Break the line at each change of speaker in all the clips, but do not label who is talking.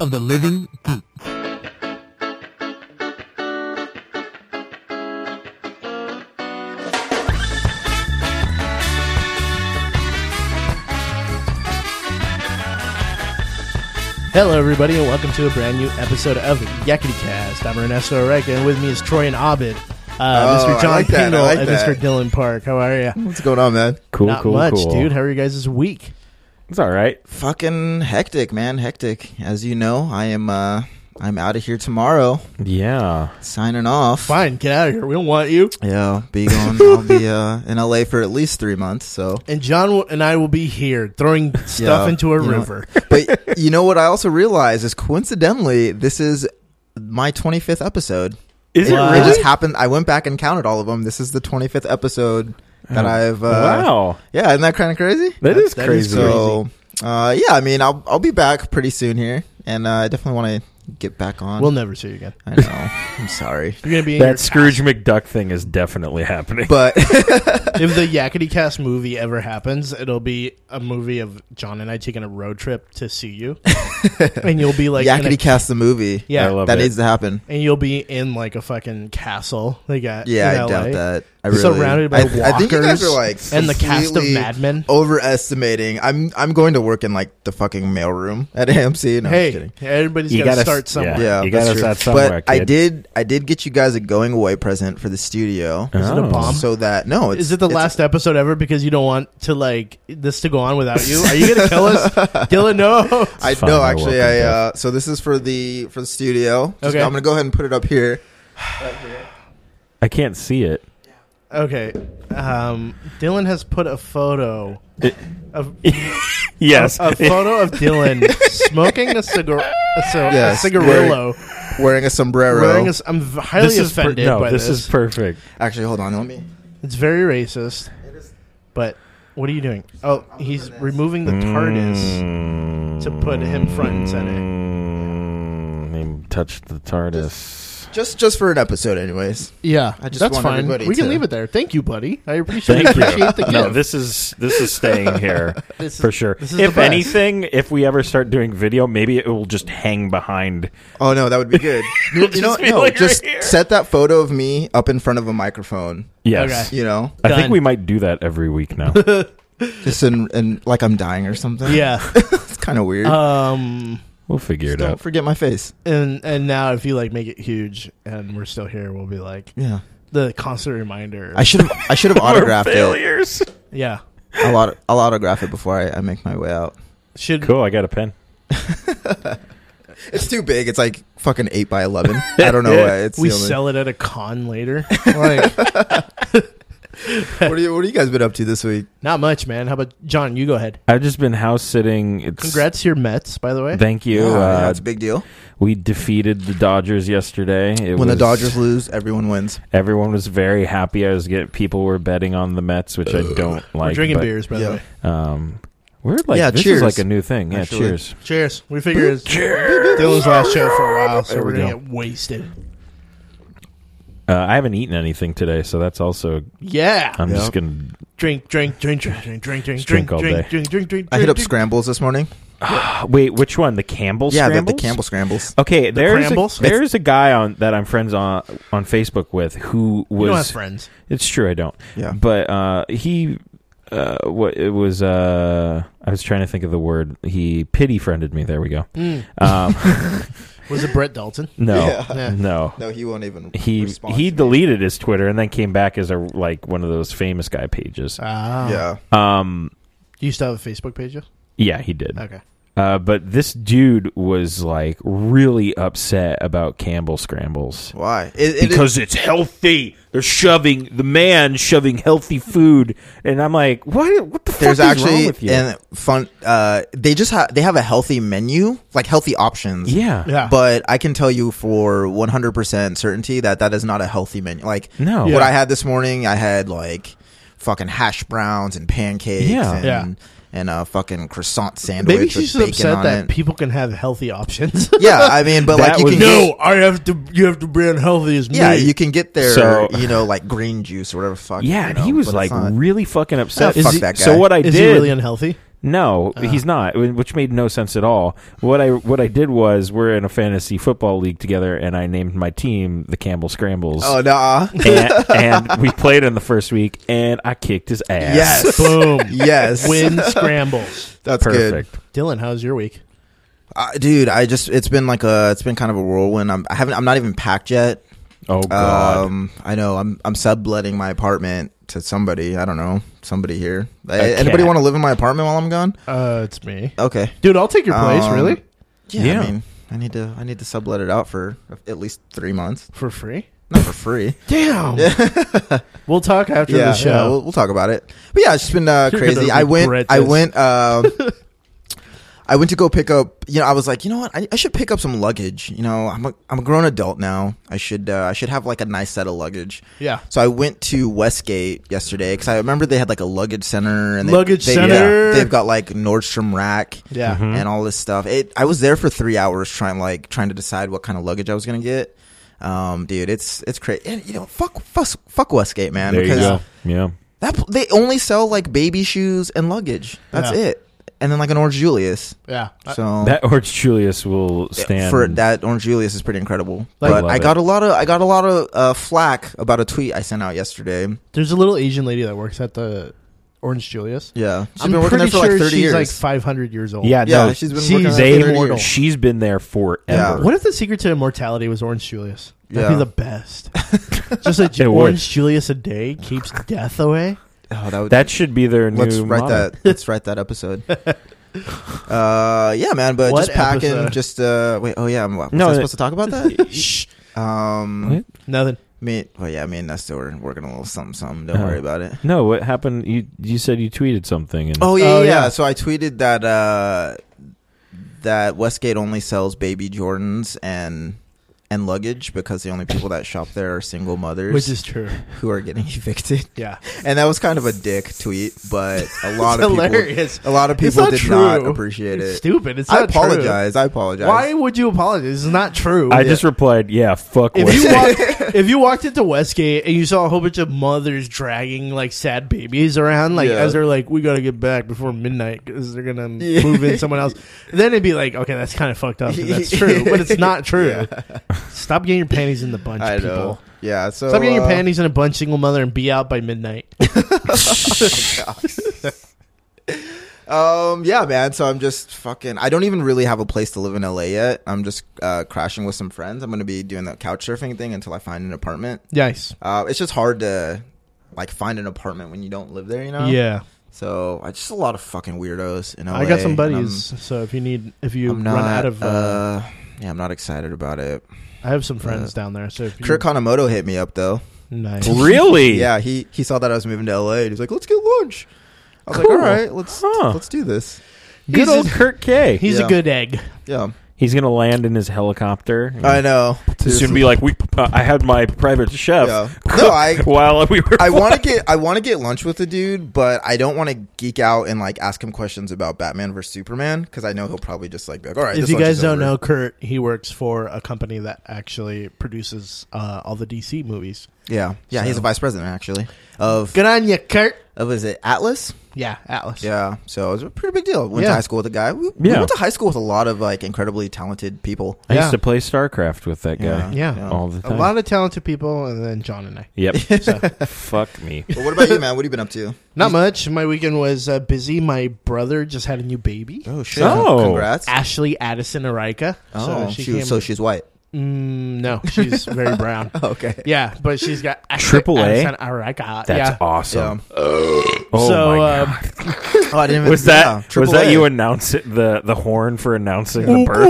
of the living geek.
Hello, everybody, and welcome to a brand new episode of Yakety Cast. I'm Ernesto Oreca, and with me is Troy and Abid, uh,
Oh,
Mr.
I
John
like that, I
Kendall
like
and
that.
Mr. Dylan Park. How are you?
What's going on, man?
Cool,
Not
cool,
much,
cool.
dude. How are you guys this week?
It's all right.
Fucking hectic, man, hectic. As you know, I am uh I'm out of here tomorrow.
Yeah.
Signing off.
Fine, get out of here. We don't want you.
Yeah, be going. I'll be uh in LA for at least 3 months, so
And John will- and I will be here throwing stuff
Yeah,
into a
you know-
river.
But you know what I also realized is coincidentally this is my 25th episode.
Is
it
It just
really?
happened. I went back and counted all of them. This is the 25th episode that
Oh,
I've uh
wow.
Yeah, isn't that kind of crazy?
That is
that is
crazy.
So uh yeah, I mean, I'll I'll be back pretty soon here and uh, I definitely want to get back on.
We'll never see you again.
I know. I'm sorry.
You're going to be in
that
your,
Scrooge McDuck thing is definitely happening.
But
if the Yakety Cast movie ever happens, it'll be a movie of John and I taking a road trip to see you. and you'll be like in a-
Yakety Cast the movie.
Yeah.
I love
that
it.
needs to happen.
and you'll be in like a fucking castle they got.
Yeah,
in
I
LA.
doubt that. I really
Surrounded by
I, I think you guys
walkers
are like
and the cast of
completely Oh,
Mad Men.
Overestimating. I'm I'm going to work in like the fucking mailroom at AMC. No, I'm just
hey,
kidding.
everybody's
You
got to
gotta-
start somewhere.
yeah.
Yeah,
you gotta
that's true.
start somewhere,
But I
kid.
did I did get you guys a going away present for the studio.
Is
it a bomb?
So that no, it's,
Is it the
it's-
last episode ever because you don't want to like this to go on without you? Are you gonna kill us, Dylan? No.
I
Fine,
no,
I
actually,
welcome
I
death.
uh, so this is for the for the studio. Just-
Okay.
I'm gonna go ahead and put it up here.
I can't see it.
Okay. Um, Dylan has put a photo
It-
of
Yes.
a photo of Dylan smoking a cigar a, ci- a
Yes,
cigarillo,
Wearing a sombrero.
wearing a, s- I'm v- highly
this is per-
offended
no,
by
this
this.
is perfect.
actually, hold on, let me.
it's very racist.
It is
But what are you doing? Oh, he's removing the TARDIS. to put him front and center.
Mm, he touched the TARDIS.
just just for an episode, anyways.
Yeah,
I just
that's
want
fine.
everybody
We can
to-
leave it there. Thank you, buddy. I appreciate,
Thank
appreciate the gift.
you. No, this is this is staying here
This is-
for sure.
this is the
If
best.
anything, if we ever start doing video, maybe it will just hang behind.
Oh no, that would be good. you
Just
know,
be
no,
like
just
right here.
set that photo of me up in front of a microphone.
Yes.
You know,
I think
Done.
we might do that every week now.
just in and like I'm dying or something.
yeah.
it's kind of weird.
Um.
we'll figure
Just
it
don't
out.
forget my face.
And and now, if you like make it huge, and we're still here, we'll be like
Yeah,
the constant reminder.
I should have. I should have autographed
We're
it.
failures.
yeah.
I'll, auto- I'll autograph it before I, I make my way out.
Should
Cool. I got a pen.
It's too big. It's like fucking eight by eleven. I don't know why. It's
we
the only-
sell it at a con later? Like,
What are you What are you guys been up to this week?
not much, man. How about John? You go ahead.
I've just been house sitting. It's,
Congrats to your Mets, by the way.
Thank you.
Yeah, yeah,
uh,
it's a big deal.
we defeated the Dodgers yesterday. It
When the
was-
Dodgers lose, everyone wins.
everyone was very happy. I was get people were betting on the Mets, which I don't like.
We're drinking
but,
beers, by
Yeah.
the way.
Um, we're like,
Yeah,
this
cheers,
is like a new thing. Yeah,
actually.
cheers.
Cheers. We figured it's Dylan's last show for a while, so
There
we're
we
gonna
go.
get wasted.
Uh, I haven't eaten anything today, so that's also.
Yeah.
I'm
Yeah.
just gonna.
drink, drink, drink, drink, drink, drink, drink,
Just
drink,
drink all
drink,
day.
drink, drink, drink.
I hit up
drink.
scrambles this morning.
Wait, which one? The Campbell?
Yeah, the,
scrambles?
the Campbell scrambles.
Okay, there's
Crambles?
a, there's a guy on that I'm friends on on Facebook with who
You don't have
was
friends.
It's true, I don't.
Yeah.
but uh, he, uh, what it was, uh, I was trying to think of the word. He pity friended me. There we go.
Hmm.
Mm.
Um,
Was it Brett Dalton?
no,
Yeah.
Yeah.
no.
No, he won't even.
He
respond
he
to me.
deleted his Twitter and then came back as a like one of those famous guy pages.
Ah.
Yeah.
Um,
You used to have a Facebook page? yeah?
yeah, he did.
Okay.
Uh, but this dude was like really upset about Campbell scrambles.
Why? It, it-
because it's healthy. They're shoving the man shoving healthy food, and I'm like, what? What the
there's
fuck is
actually
wrong with you?
and fun. Uh, they just have they have a healthy menu, like healthy options.
yeah,
Yeah.
But I can tell you for 100% certainty that that is not a healthy menu. Like
No.
what
Yeah.
I had this morning, I had like fucking hash browns and pancakes
Yeah.
and
Yeah.
and a fucking croissant sandwich
Maybe she's
with
just
bacon
upset
on
that
it.
people can have healthy options.
yeah, I mean, but
That
like you
was-
can
No.
get
I have to. You have to be unhealthy as
yeah, you can get their
So-
you know like green juice or whatever the fuck.
yeah.
you
And
know,
he was
but it's
like
not-
really fucking upset.
Fuck that guy.
So what I
Is
did,
he really unhealthy?
No,
Uh.
he's not, which made no sense at all. What I what I did was we're in a fantasy football league together, and I named my team the Campbell Scrambles,
Oh nah.
and, and we played in the first week, and I kicked his ass.
Yes.
Boom.
yes.
Win scrambles.
That's good.
perfect.
Dylan, how's your week?
Uh, dude, I just it's been like a it's been kind of a whirlwind. I'm I haven't I'm not even packed yet.
Oh god,
Um I know I'm I'm subletting my apartment to somebody. I don't know. Somebody here. Hey, anybody
cat.
want to live in my apartment while I'm gone?
Uh, it's me.
Okay.
Dude, I'll take your place,
Um,
really?
Yeah,
Yeah.
I mean, I need to I need to sublet it out for at least 3 months.
For free?
Not for free.
Damn. We'll talk after
yeah,
the
yeah,
show.
we'll, we'll talk about it. But yeah, it's just been uh,
You're
crazy.
gonna
I went,
regret
I
this.
went, uh, I went to go pick up. You know, I was like, you know what, I, I should pick up some luggage. You know, I'm a, I'm a grown adult now. I should, uh, I should have like a nice set of luggage.
yeah.
So I went to Westgate yesterday because I remember they had like a luggage center and they,
Luggage
they've
center. Mm-hmm.
Got, they've got like Nordstrom Rack
Yeah.
Mhm.
and all this stuff. It I was there for three hours trying like trying to decide what kind of luggage I was gonna get. Um, dude, it's it's crazy. And you know, fuck, fuck, fuck Westgate, man.
there you
because
go. Yeah,
that pl- they only sell like baby shoes and luggage. That's
Yeah.
it. And then like an Orange Julius.
Yeah. I-
So
that Orange Julius will stand
for that Orange Julius is pretty incredible.
Like-
but
Love
I
it.
got a lot of I got a lot of uh, flack about a tweet I sent out yesterday.
There's a little Asian lady that works at the Orange Julius.
Yeah, she's
I'm
been working there
pretty
for like
sure
thirty
she's
years.
like 500 years old.
Yeah,
yeah,
no,
she's been
she's
working there
a
for 30
mortal.
years.
she's been there forever.
Yeah.
What if the secret to immortality was Orange Julius? That'd
Yeah.
be the best. Just a
It
Ju-
would.
Orange Julius a day keeps death away.
Oh, that would,
That should be their
let's
new.
write
motto.
that. Let's write that episode. uh, yeah, man. But
What
just packing.
episode?
Just uh, wait. Oh yeah. I'm, was
No,
I
that-
supposed to talk about that?
Shh.
um,
What?
Nothing.
me. Well, yeah. Me and Nestor were working a little something. Something. Don't
Oh.
worry about it.
No, what happened? You you said you tweeted something, and
Oh yeah,
Oh,
yeah.
yeah.
So I tweeted that uh, that Westgate only sells baby Jordans and and luggage because the only people that shop there are single mothers
Which is true.
who are getting evicted.
Yeah.
And that was kind of a dick tweet, but a lot
it's
of people
hilarious.
a lot of
It's
people
not
did
true.
not appreciate
It's
it.
stupid. It's
I
not true.
apologize. I apologize.
Why would you apologize? It's not true.
I just replied, "Yeah, fuck."
if
Wes-
you walked, if you walked into Westgate and you saw a whole bunch of mothers dragging like sad babies around, like
Yeah.
as they're like, "We gotta get back before midnight because they're gonna
Yeah.
move in someone else," then it'd be like, "Okay, that's kind of fucked up. and That's true, but it's not true. Stop getting your panties in the bunch,
I
people.
know. Yeah. So
Stop getting your
uh,
panties in a bunch, single mother, and be out by midnight.
Oh, Um. Yeah, man. So I'm just fucking. I don't even really have a place to live in LA yet. I'm just uh, crashing with some friends. I'm gonna be doing that couch surfing thing until I find an apartment.
Nice.
Uh, it's just hard to like find an apartment when you don't live there. You know.
Yeah,
So I just a lot of fucking weirdos in LA.
I got some
and I'm-
buddies. so if you need, if you
I'm
run
not,
out of, uh,
uh, yeah, I'm not excited about it.
I have some friends down there. So if you,
Kurt Kanemoto hit me up though.
nice.
really?
Yeah, he he saw that I was moving to LA. and He's like, let's get lunch. I was
Cool.
like, all right, let's
Huh.
let's do this.
Good
He's
old
a-
Kurt K.
He's
Yeah.
a good egg.
Yeah,
He's gonna land in his helicopter.
I know.
He's gonna be like, "We, uh, I had my private chef
Yeah. No, I
while we were."
I want to get I want to get lunch with the dude, but I don't want to geek out and like ask him questions about Batman versus Superman because I know he'll probably just like be like, all right.
if
this
you
lunch
guys
is
don't
over.
know, Kurt, he works for a company that actually produces uh, all the DC movies.
yeah, yeah, he's
So-
a vice president actually of
Good on you, Kurt.
of is it Atlas?
Yeah, Atlas.
Yeah, so it's a pretty big deal. Went
Yeah.
to high school with a guy. We, we
Yeah.
went to high school with a lot of like incredibly talented people.
I
Yeah.
used to play StarCraft with that guy
Yeah.
all the
A
time.
lot of talented people, and then John and I.
yep.
So,
fuck me.
But what about you, man? What have you been up to?
not much. My weekend was uh, busy. My brother just had a new baby,
Oh
shit.
Oh.
Congrats!
Ashley Addison Arica.
Oh,
so she,
she
came,
was- so she's white.
Mm, no, she's very brown.
Okay.
Yeah, but she's got Ashley
Triple A?
Addison Arica.
That's
yeah.
awesome. Oh
So,
my
uh,
god.
Oh, I didn't. Even,
Was
yeah,
that was
triple
that
A.
you announce it, the the horn for announcing the birth?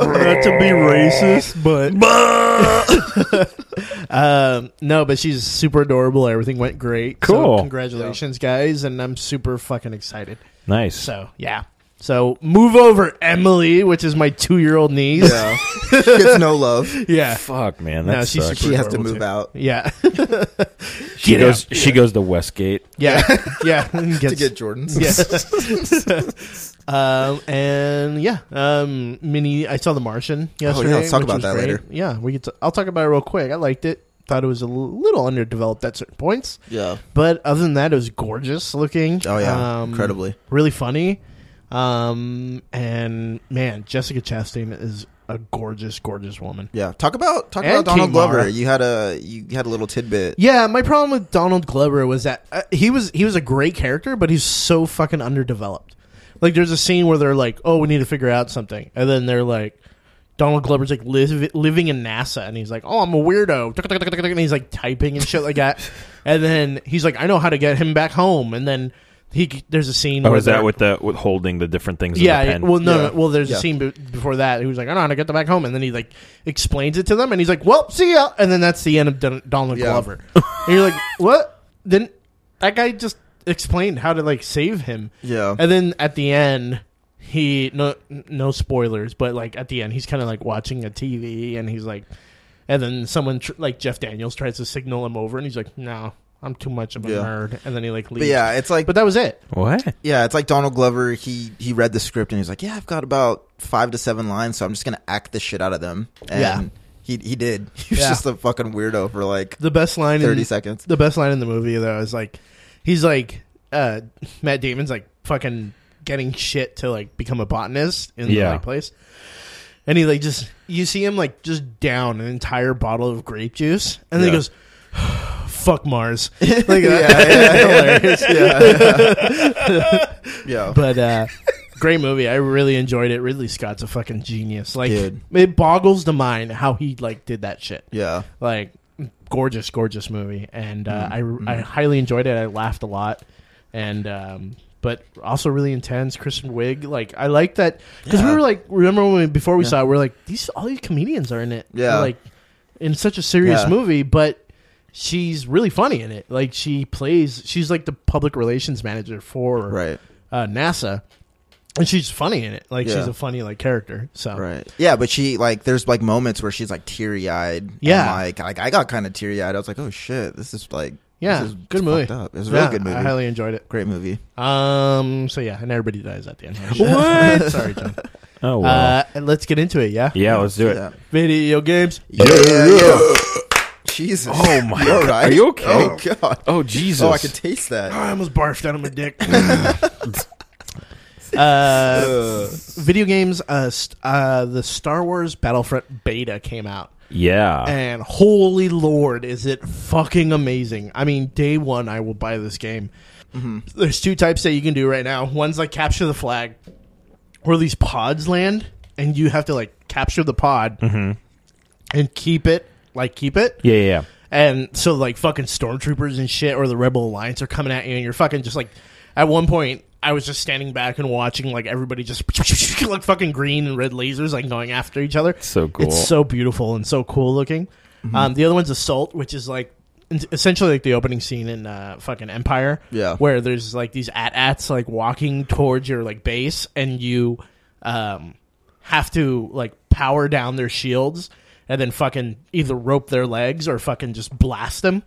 Not to be racist, but um, no, but she's super adorable. Everything went great. So
Cool.
congratulations, guys, and I'm super fucking excited.
Nice.
So yeah. So move over, Emily, which is my two year old niece.
Yeah. she gets no love.
Yeah.
Fuck man, that
No, she's
sucks.
super
She has to
adorable,
move
too.
out
Yeah.
She
Get
goes.
out.
She goes to Westgate.
Yeah. Yeah. And
to
gets-
get Jordans.
yeah. um, and yeah, um, mini. I saw The Martian yesterday.
Oh, let's talk
which
about
was
that
great.
later.
Yeah, we could. T- I'll talk about it real quick. I liked it. thought it was a little underdeveloped at certain points.
Yeah.
But other than that, it was gorgeous looking. Um,
Oh yeah, incredibly.
Really funny. Um, and man, Jessica Chastain is a gorgeous, gorgeous woman.
Yeah, talk about talk
And
about Donald
Kate
Glover.
Mara.
You had a you had a little tidbit.
Yeah, my problem with Donald Glover was that uh, he was he was a great character, but he's so fucking underdeveloped. Like, there's a scene where they're like, "Oh, we need to figure out something," and then they're like, "Donald Glover's like liv- living in NASA," and he's like, "Oh, I'm a weirdo," and he's like typing and shit like that, and then he's like, "I know how to get him back home," and then he there's a scene.
Oh,
where
is that
they're-
with the with holding the different things?
Yeah,
in the pen?
well, no,
Yeah.
no, well, there's
Yeah.
a scene be- before that. He was like, "Oh, "I don't know how to get them back home," and then he like explains it to them, and he's like, "Well, see ya," and then that's the end of Don- Donald
Yeah.
Glover. and you're like, "What?" Then that guy just explained how to like save him,
Yeah.
and then at the end, he no no spoilers, but like at the end, he's kind of like watching a TV, and he's like, and then someone tr- like Jeff Daniels tries to signal him over, and he's like, "No, I'm too much of a
Yeah.
nerd," and then he like leaves.
But yeah, it's like
but that was it.
what?
yeah, it's like Donald Glover. He he read the script and he's like, yeah, I've got about five to seven lines, so I'm just gonna act the shit out of them. And
Yeah.
he he did. He was
Yeah.
just a fucking weirdo for like
The best line
thirty
in,
seconds.
the best line in the movie though is like he's like uh Matt Damon's like fucking getting shit to like become a botanist in
Yeah.
the right place. And he like just you see him like just down an entire bottle of grape juice and then
Yeah.
he goes fuck Mars. Like that. Hilarious.
Yeah,
But uh great movie. I really enjoyed it. Ridley Scott's a fucking genius. Like
Dude.
it boggles the mind how he like did that shit
yeah,
like gorgeous, gorgeous movie, and
Mm-hmm.
uh, I I highly enjoyed it. I laughed a lot, and um, but also really intense. Kristen Wiig, like I like that because
Yeah.
we were like, remember when we, before we
Yeah.
saw it, we are like these all these comedians are in it,
Yeah.
They're, like in such a serious
Yeah.
movie, but. She's really funny in it. Like she plays, she's like the public relations manager for
right,
uh, NASA, and she's funny in it. Like
Yeah.
she's a funny like character. So
right. Yeah, but she like there's like moments where she's like teary eyed.
Yeah.
like like I got kind of teary eyed. I was like, oh shit, this is like
yeah,
this is
good movie.
fucked up. It was a really
Yeah,
good movie.
I highly enjoyed it.
Great movie.
Um. So yeah, and everybody dies at the end.
What?
Sorry, John.
Oh wow.
Uh, and let's get into it. Yeah.
yeah, let's do it.
Yeah.
Video games.
Yeah, Jesus.
Oh, my
You all
God.
right?
Are you okay?
Oh god.
Oh Jesus!
Oh, I can taste that.
I almost barfed out of my dick. uh, video games. Uh, st- uh, the Star Wars Battlefront beta came out,
yeah.
and holy lord, is it fucking amazing! I mean, day one, I will buy this game. There's two types that you can do right now. One's like capture the flag, where these pods land, and you have to like capture the pod and keep it, like keep it.
yeah, yeah, yeah.
And so like fucking stormtroopers and shit or the Rebel Alliance are coming at you and you're fucking just like at one point I was just standing back and watching like everybody just like fucking green and red lasers like going after each other.
So cool.
It's so beautiful and so cool looking.
Mm-hmm.
Um, the other one's Assault, which is like in- essentially like the opening scene in uh, fucking Empire.
Yeah.
Where there's like these at ats like walking towards your like base and you um, have to like power down their shields and then fucking either rope their legs or fucking just blast them.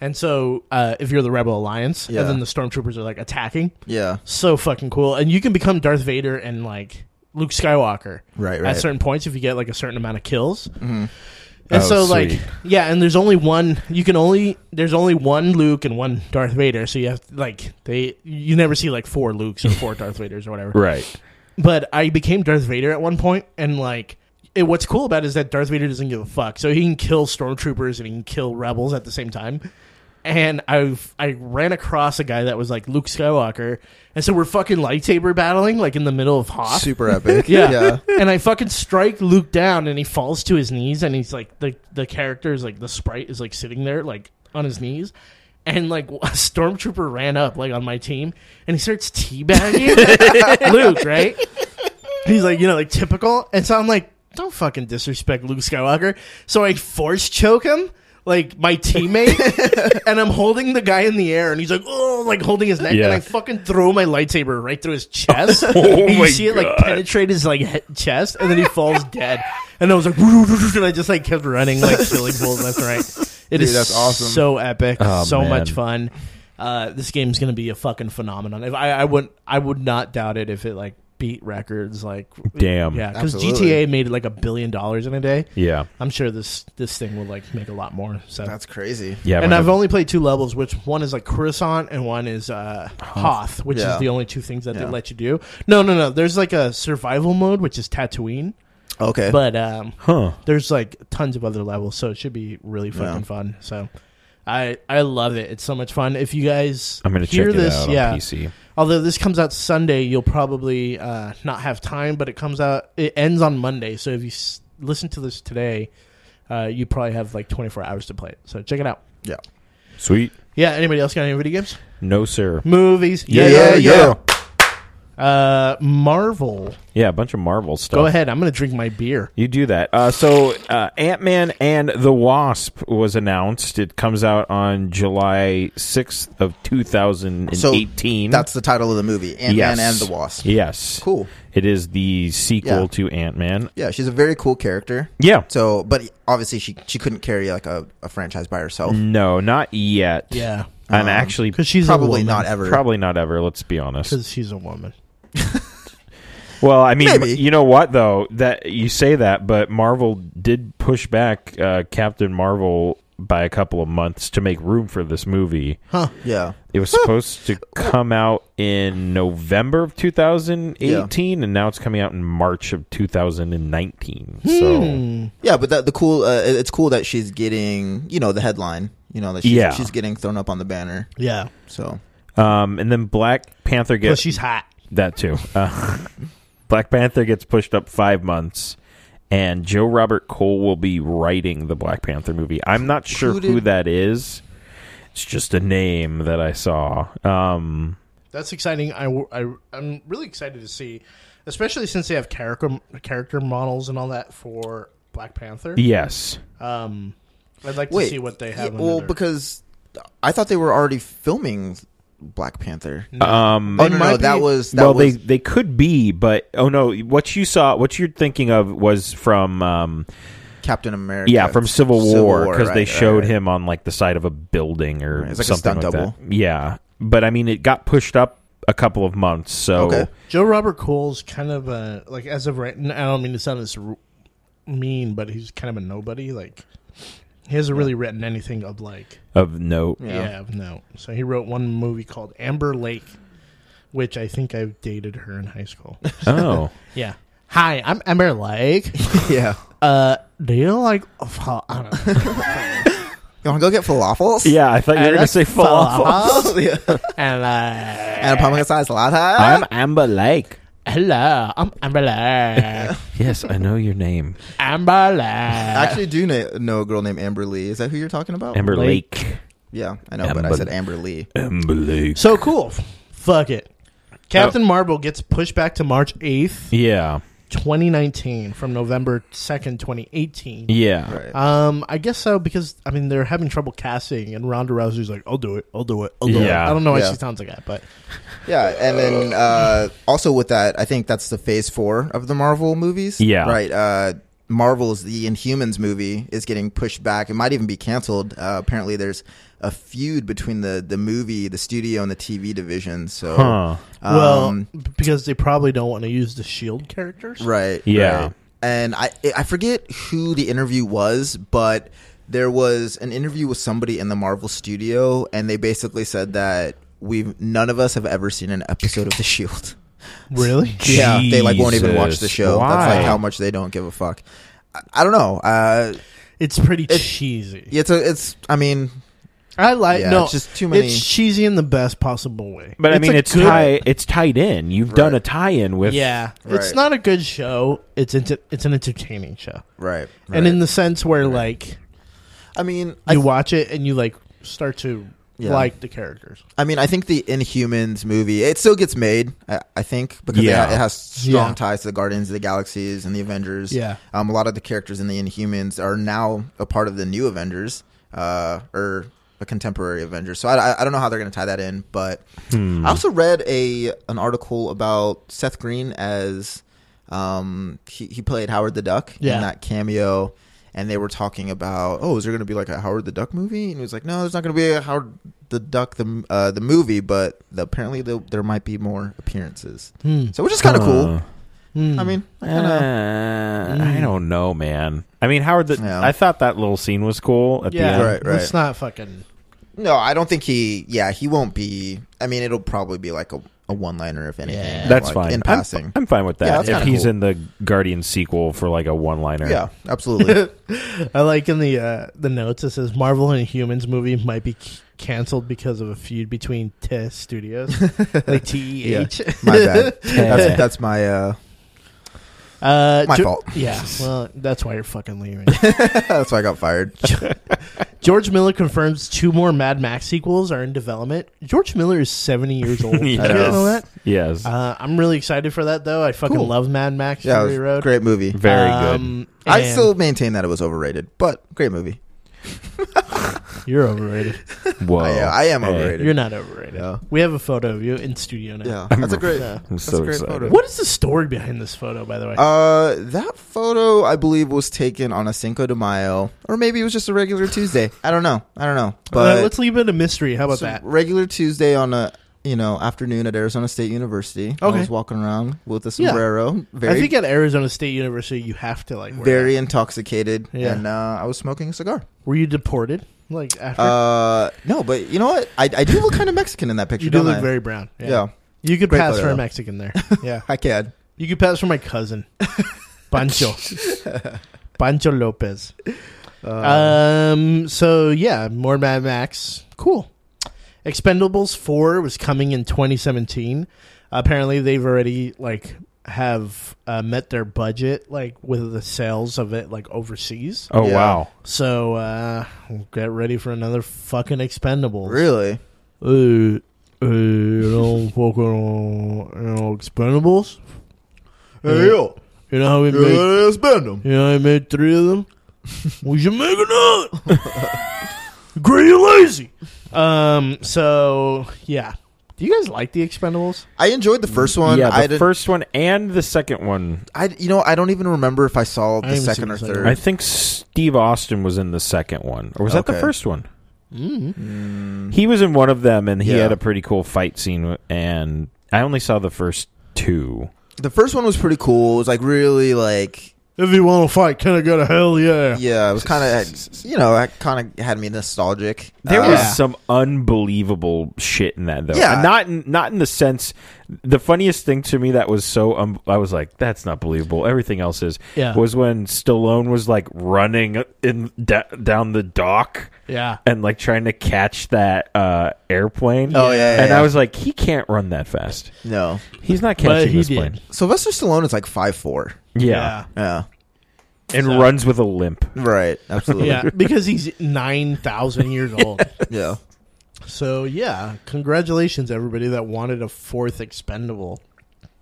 And so uh, if you're the Rebel Alliance,
Yeah.
and then the stormtroopers are like attacking
Yeah.
so fucking cool. And you can become Darth Vader and like Luke Skywalker,
Right, right.
At certain points, if you get like a certain amount of kills. Mm-hmm.
Oh,
And so, like,
sweet.
yeah, and there's only one. You can only there's only one Luke and one Darth Vader. So you have like they you never see like four Lukes or four Darth Vaders or whatever.
right.
But I became Darth Vader at one point, and like. It, what's cool about it is that Darth Vader doesn't give a fuck, so he can kill stormtroopers and he can kill rebels at the same time and I've I ran across a guy that was like Luke Skywalker, and so we're fucking lightsaber battling like in the middle of Hoth.
Super epic.
yeah.
Yeah.
and I fucking strike Luke down, and he falls to his knees, and he's like the the character is like the sprite is like sitting there like on his knees. And like a stormtrooper ran up like on my team, and he starts teabagging Luke, right? He's like, you know, like typical. And so I'm like, don't fucking disrespect Luke Skywalker. So I force choke him, like my teammate, and I'm holding the guy in the air, and he's like, oh, like holding his neck,
Yeah.
and I fucking throw my lightsaber right through his chest. and you
Oh my
see it like
God.
penetrate his like he- chest, and then he falls dead. And I was like, and I just like kept running, like killing bulls left and right. It is
that's awesome.
so epic,
Oh,
so
man.
much fun. Uh, this game's gonna be a fucking phenomenon. If I, I would, I would not doubt it if it like beat records. Like,
Damn.
yeah, because
Absolutely.
GTA made like a billion dollars in a day.
Yeah.
I'm sure this this thing will like make a lot more. So,
That's crazy.
Yeah.
and
but
I've only played two levels, which one is like Coruscant and one is uh, Hoth, which
Yeah.
is the only two things that
Yeah.
they let you do. No, no, no. There's like a survival mode, which is Tatooine,
Okay.
but um,
Huh.
there's like tons of other levels, so it should be really fucking
Yeah.
fun. So. I, I love it. It's so much fun. If you guys
I'm gonna
hear
check
this,
it out
yeah,
on PC.
Although this comes out Sunday, you'll probably uh, not have time, but it comes out. It ends on Monday, so if you s- listen to this today, uh, you probably have like 24 hours to play it. So check it out.
yeah.
Sweet.
Yeah. Anybody else got any video games?
No sir.
Movies.
Yeah, yeah, yeah.
Uh, Marvel.
Yeah, a bunch of Marvel stuff.
Go ahead. I'm gonna drink my beer.
You do that. Uh, so uh, Ant Man and the Wasp was announced. It comes out on July sixth of two thousand and
So
eighteen.
That's the title of the movie, Ant Man and the Wasp.
Yes.
Cool.
It is the sequel
Yeah.
to Ant Man.
Yeah, she's a very cool character.
Yeah.
So, but obviously she she couldn't carry like a, a franchise by herself.
No, not yet.
Yeah.
I'm
Um,
actually
Because she's a
Probably
woman.
not ever.
probably not ever. Let's be honest.
Because she's a woman.
Well, I mean,
Maybe.
you know what though that you say that, but Marvel did push back uh, Captain Marvel by a couple of months to make room for this movie.
Huh.
Yeah.
It was supposed to come out in November of 2018, and now it's coming out in March of 2019. So
Hmm.
Yeah, but that, the cool uh, it- it's cool that she's getting you know the headline. You know that she's,
Yeah.
she's getting thrown up on the banner.
Yeah.
So
Um, and then Black Panther
Because
gets
she's hot.
that too. Uh, Black Panther gets pushed up five months, and Joe Robert Cole will be writing the Black Panther movie. I'm not sure
Who
who,
did-
that is. It's just a name that I saw. Um,
That's exciting. I, am really excited to see, especially since they have character character models and all that for Black Panther.
yes,
Um, I'd like to
wait,
see what they
yeah,
have.
well,
under-
because I thought they were already filming Black Panther.
um,
oh
It
no,
might
no, that
be-
was that
well,
was
they they could be, but oh no, what you saw, what you're thinking of was from um,
Captain America.
yeah, from Civil War because
right,
they
right,
showed
right.
him on like the side of a building or
Right, it's like a
something
stunt
like
double.
that. Yeah, but I mean, it got pushed up a couple of months, so.
Okay.
Joe Robert Cole's kind of a like as of right. n- I don't mean to sound this r- mean, but he's kind of a nobody. Like he hasn't really written anything of like
of note.
Yeah.
yeah. of no. So he wrote one movie called Amber Lake, which I think I dated her in high school.
Oh,
yeah. Hi, I'm Amber Lake.
Yeah.
Uh, do you like? fa- I don't know.
You want to go get falafels? Oh,
yeah. I thought you were going to say falafel.
yeah.
and uh,
And a pumpkin sized latte.
I'm Amber Lake.
hello, I'm Amber Lake.
Yes, I know your name,
Amber Lake.
I actually do na- know a girl named Amber Lee. Is that who you're talking about?
Amber Lake.
Lake.
Yeah, I know, but I
Amber-
said Amber Lee.
Amber Lake.
so cool. Fuck it. Captain Marvel gets pushed back to March eighth,
Yeah,
twenty nineteen, from November second, twenty eighteen.
yeah.
Right.
Um, I guess so because I mean they're having trouble casting, and Ronda Rousey's like, "I'll do it, I'll do it, I'll do
Yeah.
it." I don't know why
Yeah.
she sounds like that, but
Yeah, and then uh, also with that, I think that's the phase four of the Marvel movies.
Yeah.
right. Uh, Marvel's The Inhumans movie is getting pushed back. It might even be canceled. Uh, apparently, there's a feud between the the movie, the studio, and the TV division. So,
Huh.
um,
well, because they probably don't want to use the Shield E characters.
Right.
Yeah.
right. And I I forget who the interview was, but there was an interview with somebody in the Marvel studio, and they basically said that we've none of us have ever seen an episode of The Shield.
Really?
Yeah, they like won't even watch the
Jesus.
show.
Why?
That's like how much they don't give a fuck. I, I don't know. Uh,
It's pretty cheesy.
it's a, it's. I mean,
I like
yeah,
no.
it's just too many.
It's cheesy in the best possible way.
But I mean,
a
it's
good-
tie. It's tied in. You've done a
Right.
tie-in with.
Yeah, it's
Right.
not a good show. It's enter- it's an entertaining show,
right,
and
right.
in the sense where like
I mean,
you
I,
watch it and you like start to
Yeah.
like the characters.
I mean, I think the Inhumans movie it still gets made. I, I think because it
Yeah.
ha- it has strong
Yeah.
ties to the Guardians of the Galaxies and the Avengers.
Yeah.
um, a lot of the characters in the Inhumans are now a part of the new Avengers, uh, or a contemporary Avengers. So I, I- I don't know how they're going to tie that in, but
Hmm.
I also read a an article about Seth Green as um he, he played Howard the Duck
Yeah.
in that cameo. And they were talking about, oh, is there going to be like a Howard the Duck movie? And he was like, no, there's not going to be a Howard the duck the uh, the movie, but the, apparently the, there might be more appearances.
Hmm.
So which is kind of cool.
Hmm.
I mean, I
Uh, eh,
kind of
I don't know, man. I mean, Howard. The,
Yeah.
I thought that little scene was cool at the
yeah,
end.
Right, right.
let's not fucking.
no. I don't think he. Yeah, he won't be. I mean, it'll probably be like a, a one liner if anything.
Yeah.
That's
like,
fine.
In
I'm-
passing.
I'm, fine with
Yeah,
that.
that's
if
kinda
he's
cool.
in the Guardian sequel for like a one-liner,
yeah, absolutely.
I like in the uh, the notes it says Marvel and Humans movie might be c- canceled because of a feud between T Studios, like T E H.
my bad.
Yeah.
That's, that's my uh,
Uh,
my
Jo-
fault.
Yeah, well, that's why you're fucking leaving.
That's why I got fired.
George Miller confirms two more Mad Max sequels are in development. George Miller is 70 years old. Did you
Yes.
guys know that?
Yes,
Uh, I'm really excited for that though. I fucking
Cool.
love Mad Max
Yeah,
Fury
it was
Road.
a great movie.
very
Um,
I
and-
still maintain that it was overrated, but great movie.
You're overrated.
good. Whoa,
I, uh, I am
Oh, Hey.
overrated.
You're not overrated.
Yeah.
We have a photo of you in studio now.
Yeah,
I'm
that's a great.
I'm
that's
so
a great
excited.
photo.
What is the story behind this photo, by the way?
Uh, that photo I believe was taken on a Cinco de Mayo, or maybe it was just a regular Tuesday. I don't know. I don't know.
Uh,
But
let's leave it a mystery. How about
it's a
that?
regular Tuesday on a you know afternoon at Arizona State University.
Okay.
I was walking around with a
Yeah.
sombrero, very
I think at Arizona State University you have to like. wear
very
that.
intoxicated,
Yeah.
and uh, I was smoking a cigar.
Were you deported? Like after
Uh, no, but you know what? I, I do look kind of Mexican in that picture.
you do
don't
look
I?
very brown. Yeah.
yeah.
You could
Great
pass
photo,
for a
though.
Mexican there. Yeah.
I can.
You could pass for my cousin, Pancho, Pancho Lopez. Uh,
Uh,
um. So yeah, more Mad Max. Cool. Expendables Four was coming in 2017. Apparently, they've already like have uh, met their budget, like with the sales of it, like overseas.
oh
Yeah.
wow,
So uh, get ready for another fucking Expendables.
Really?
Hey, hey, you know, fucking, uh, you know, Expendables. You know how we made
spend them.
you know, I made three of them. we should make another. Great, you lazy. Um. So yeah, do you guys like the Expendables?
I enjoyed the first one.
yeah, the
I did
first one and the second one.
I you know I don't even remember if I saw
I
the
haven't
second
seen
or
the second
third.
I think Steve Austin was in the second one, or was that the
Okay.
first one?
Mm.
Mm,
He was in one of them, and he
Yeah.
had a pretty cool fight scene. And I only saw the first two.
the first one was pretty cool. It was like really like
If you want to fight, can I go to hell? Yeah.
yeah, it was kind of you know that kind of had me nostalgic.
There
Uh,
was some unbelievable shit in that, though.
Yeah.
And not in, not in the sense. The funniest thing to me that was so um, I was like, "That's not believable." Everything else is.
Yeah.
Was when Stallone was like running in da- down the dock
Yeah.
and like trying to catch that uh, airplane.
Oh, yeah, yeah,
and
yeah.
I was like, he can't run that fast.
no
He's not
But
catching
he
this
did.
plane.
Sylvester Stallone is like five four.
Yeah,
Yeah,
and
So-
runs with a limp.
right.
Yeah.
Absolutely. yeah.
Yeah, Because he's nine thousand years old. So yeah, congratulations everybody that wanted a fourth Expendable.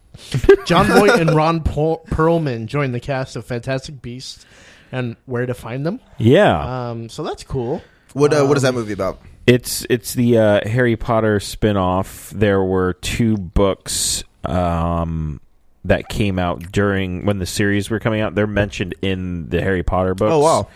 John Voight and Ron Pol- Perlman joined the cast of Fantastic Beasts and Where to Find Them.
Yeah,
Um, so that's cool.
What uh, what is that
Um,
movie about?
It's it's the uh, Harry Potter spin-off. There were two books um, that came out during when the series were coming out. They're mentioned in the Harry Potter books.
Oh wow.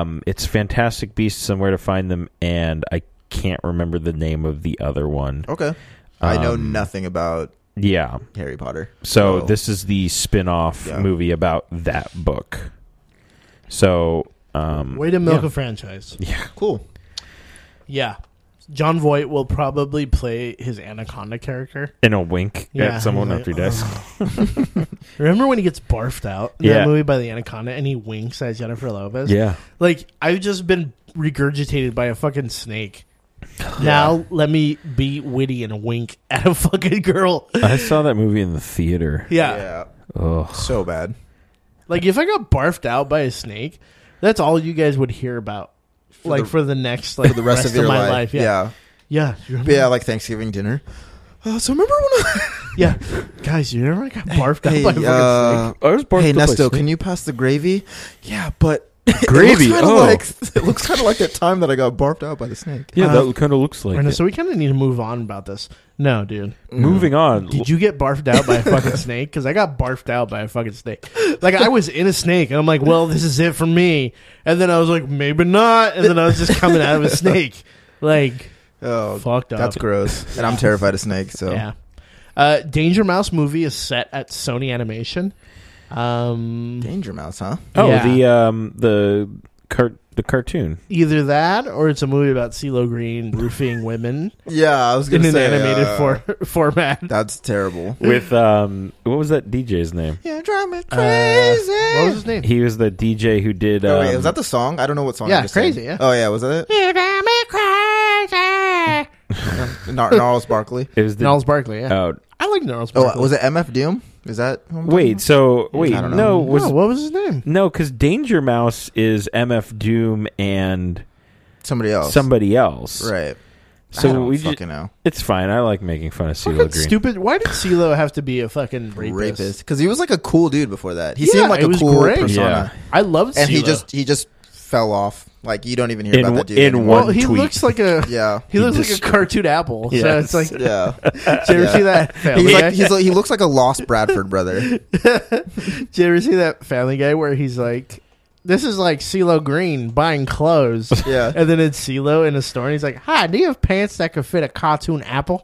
Um, it's Fantastic Beasts and Where to Find Them, and I can't remember the name of the other one.
Okay. I know
Um,
nothing about
Yeah.
Harry Potter.
So this is the spin-off
Oh. Yeah.
movie about that book. So
Mm.
um,
Way to milk
yeah.
a franchise.
yeah.
cool.
Yeah. John Voight will probably play his Anaconda character.
in a wink
Yeah,
at someone
he's like, "Oh."
after he dies.
Remember when he gets barfed out in
Yeah.
that movie by the Anaconda and he winks at Jennifer Lopez?
Yeah.
Like, I've just been regurgitated by a fucking snake. Now let me be witty and wink at a fucking girl.
I saw that movie in the theater.
Yeah.
Oh,
So bad.
Like if I got barfed out by a snake, that's all you guys would hear about. like
the-
for the next like
For the rest, of your
my
life.
life. Yeah.
yeah.
Yeah. You
But
remember-
Yeah. like Thanksgiving dinner. Uh, so remember when I
yeah. Guys, you remember I got barfed out
Hey,
by a fucking
uh,
snake?
I was born.
hey Nesto, can you pass the gravy? Yeah, but
Gravy,
It looks kinda
oh.
like it looks kind of like that time that I got barfed out by the snake.
Yeah,
uh,
that kind of looks like.
Right,
it.
so we kind of need to move on about this. No, dude.
Moving on.
Did you get barfed out by a fucking snake? Because I got barfed out by a fucking snake. Like I was in a snake, and I'm like, "Well, this is it for me." And then I was like, "Maybe not." And then I was just coming out of a snake. Like,
Oh,
Fucked up.
that's gross. And I'm terrified of snakes. So
Yeah. Uh, Danger Mouse movie is set at Sony Animation. Um,
Danger Mouse, huh?
Oh,
Yeah.
the um the cart the cartoon.
either that or it's a movie about CeeLo Green roofing women
Yeah, I was
in
gonna
an
say
animated
uh,
for- format.
That's terrible.
with um what was that DJ's name?
You drive me
Uh,
crazy.
what was his name?
He was the DJ who did. Um,
oh, wait, was that the song? I don't know what song.
Yeah,
I just sang.
Crazy, yeah.
Oh yeah, was that it?
You drive me crazy.
Gnarls Gnarls Barkley.
it was the.
Gnarls Barkley. Yeah,
oh,
I like Gnarls. Barkley.
Oh, was it MF Doom? Is that who I'm talking
wait. So wait.
I don't know.
No,
No,
was
what Oh, was his name?
no because Danger Mouse is MF Doom and
about? somebody else?
somebody else.
Right.
So
I don't
we ju-
fucking know.
It's fine. I like making fun of CeeLo
Fucking
Green.
stupid. Why did CeeLo have to be a fucking rapist?
Rapist, because he was like a cool dude before that. He
Yeah,
seemed like
it
a
was
cool
great.
persona,
I loved
and
CeeLo.
he just he just fell off. Like you don't even hear
In
about
w-
that dude.
in
anymore.
well,
one
he
tweak.
looks like a
yeah,
he looks like a
destroyed-
cartoon apple.
Yes.
So it's like,
yeah.
did you ever
Yeah.
see that? Family
He's
Guy?
like he's like, he looks like a lost Bradford brother.
Did you ever see that Family Guy where he's like, "This is like CeeLo Green buying clothes,"
Yeah.
and then it's CeeLo in a store, and he's like, "Hi, do you have pants that could fit a cartoon apple?"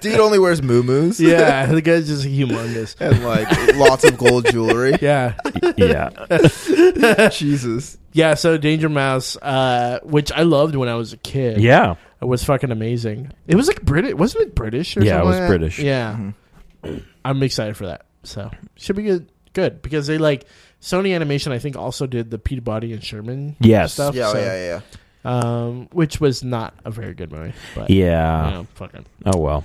Dude only wears muumuus
yeah, the guy's just humongous.
and like lots of gold jewelry.
Yeah,
yeah.
Jesus.
yeah. So Danger Mouse, uh, which I loved when I was a kid,
Yeah.
it was fucking amazing. It was like British, wasn't it British? Or
Yeah, it
something
was
like that?
British.
Yeah, I'm excited for that. So should be good. Good because they like Sony Animation. I think also did the Peabody and Sherman
Yes.
stuff.
oh, Yeah,
so-
yeah, yeah.
um, which was not a very good movie. But
Yeah.
you know, fucking
Oh well.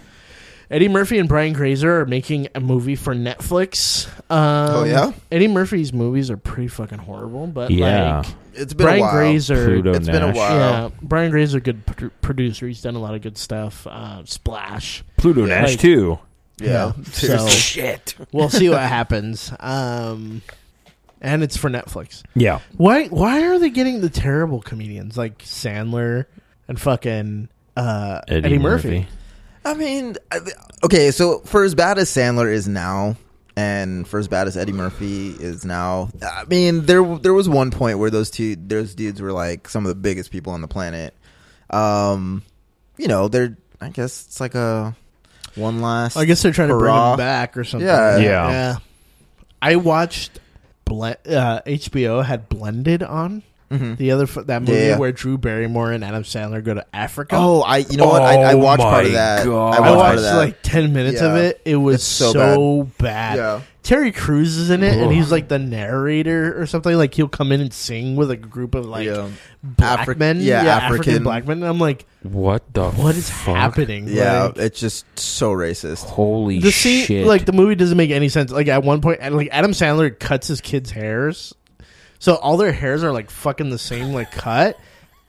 Eddie Murphy and Brian Grazer are making a movie for Netflix. Um, oh
yeah?
Eddie Murphy's movies are pretty fucking horrible, but
Yeah.
like
It's been a
Brian
while.
Grazer.
Pluto
It's been a
Nash.
while.
Yeah, Brian Grazer, good pr- producer. He's done a lot of good stuff. Uh, Splash.
Pluto
Yeah. Oh,
Nash
Like-
too.
Yeah.
Yeah.
Seriously.
So-
Shit.
We'll see what happens. Um, and it's for Netflix.
Yeah.
Why? Why are they getting the terrible comedians like Sandler and fucking uh, Eddie, Murphy?
I mean, I th- okay, so for as bad as Sandler is now, and for as bad as Eddie Murphy is now, I mean, there there was one point where those two those dudes were like some of the biggest people on the planet. Um, you know, they're I guess it's like a one last.
I guess they're trying to bring
Hurrah.
him back or something.
Yeah.
Yeah.
I watched Ble- uh, HBO had Blended on
Mhm.
the other f- that movie
Yeah.
where Drew Barrymore and Adam Sandler go to Africa.
Oh, I you know what? I, I
Oh
watched part of
my
that.
God.
I
I
watched, part
watched
of Oh, that.
like ten minutes of
Yeah.
it. It was
It's
so,
so
bad.
yeah,
Terry Crews is in it, and
Ugh.
he's like the narrator or something. Like he'll come in and sing with a group of like
yeah.
black
Afri-
men,
yeah, African-
black men. And I'm like,
What the?
what is
fuck?
happening?
Yeah,
Like,
it's just so racist.
Holy
the scene,
shit!
like the movie, doesn't make any sense. Like at one point, and, like Adam Sandler cuts his kids' hairs, so all their hairs are like fucking the same, like cut.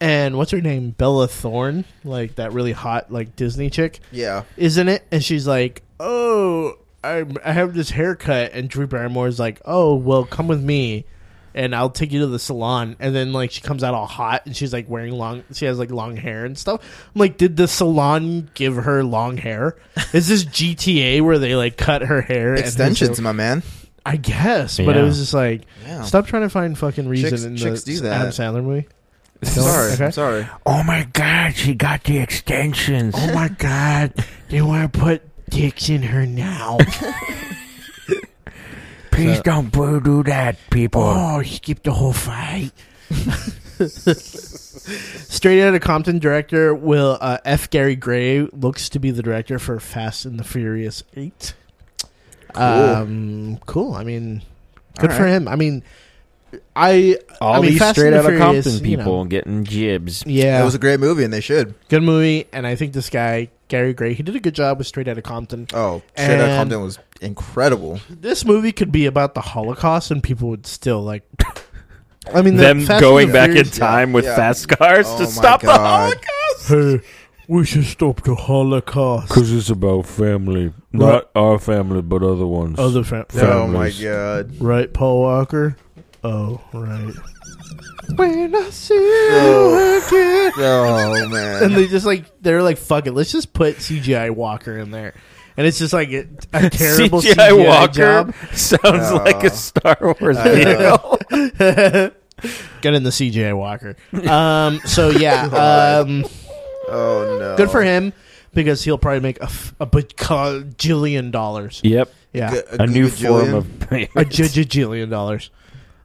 And what's her name? Bella Thorne, like that really hot like Disney chick,
Yeah,
isn't it? And she's like, "Oh, I I have this haircut," and Drew Barrymore's like, "Oh, well, come with me." And I'll take you to the salon, and then like she comes out all hot, and she's like wearing long. She has like long hair and stuff. I'm like, did the salon give her long hair? Is this GTA where they like cut her hair and her-
extensions, my man.
I guess, but it
Yeah.
was just like,
Yeah,
stop trying to find fucking reason
Chicks-
in
chicks
the
do that.
Adam Sandler movie.
Sorry,
Okay.
I'm sorry.
oh my god, she got the extensions.
Oh my god, they want to put dicks in her now.
Please don't do that, people.
Oh, skip the whole fight. Straight out of Compton director will uh, F. Gary Gray looks to be the director for Fast and the Furious Eight. Cool. Um, cool. I mean, good
All
for
right.
him. I mean, I
All
I mean,
these
Fast
straight
and
out
the
of
Furious,
Compton
you know.
people getting jibs.
yeah,
It was a great movie, and they should.
good movie, and I think this guy Gary Gray he did a good job with Straight Outta Compton.
Oh, Straight Outta
And-
Compton was incredible.
This movie could be about the Holocaust, and people would still like. I mean, the
Them
Fast and
going
the
back in
Furious-
time with
yeah.
fast cars
Oh
to
my
stop the
God.
Holocaust.
Hey, we should stop the Holocaust.
it's about family,
Not
our family, but other ones.
Other fam-
Oh my
Families.
god.
right, Paul Walker. Oh, right. When I see
Oh.
you again,
Oh man.
and they just like they're like, fuck it, let's just put CGI Walker in there, and it's just like a, a terrible CGI,
CGI Walker
job.
sounds
No.
like a Star Wars
I know.
video.
Get in the CJ Walker. Um, so yeah, um,
Oh no.
good for him because he'll probably make a, f- a bajillion dollars.
Yep.
Yeah,
G-
A, new form
gajillion.
of
a jajajillion dollars.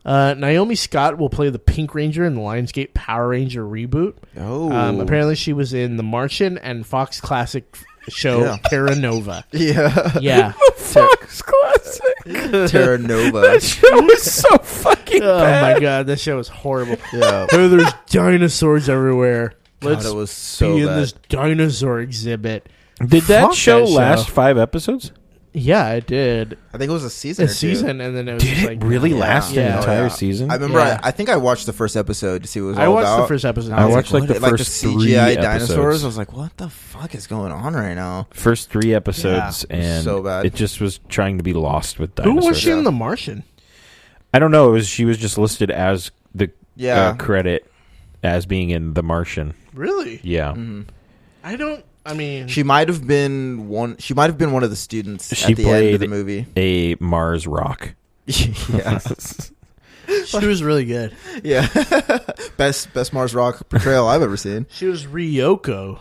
Uh, Naomi Scott will play the Pink Ranger in the Lionsgate Power Ranger reboot.
Oh.
Um, apparently, she was in The Martian and Fox Classic show
Yeah.
Terra Nova.
Yeah.
Yeah,
Fox Classic.
Terra Nova.
show was so fucking
Oh my god, that show was horrible.
yeah.
Hey, there's dinosaurs everywhere. Let's
God, it was so
be in
bad.
this dinosaur exhibit.
Did that
Fuck
show
that show.
last five episodes?
Yeah, it did.
I think it was a season.
A
or two.
season, and then it was
Did
just
it
like
really last
Yeah.
an
Oh,
entire
yeah.
season?
I remember.
Yeah.
I, I think I watched the first episode to see what it was
I
all
watched
about.
the first episode.
I
was
watched, like,
what
the
is-
first
the
three
CGI
episodes.
dinosaurs. I was like, what the fuck is going on right now?
First three episodes,
Yeah.
and
So bad.
it just was trying to be lost with
Who
dinosaurs.
was she in
Yeah.
The Martian?
I don't know. It was she was just listed as the
Yeah.
uh, credit as being in The Martian.
Really?
Yeah,
I don't. I mean,
She might have been one. She might have been one of the students
She
at the end
played-
of the movie.
a Mars rock.
yeah,
she was really good.
yeah. best best Mars rock portrayal I've ever seen.
She was Ryoko.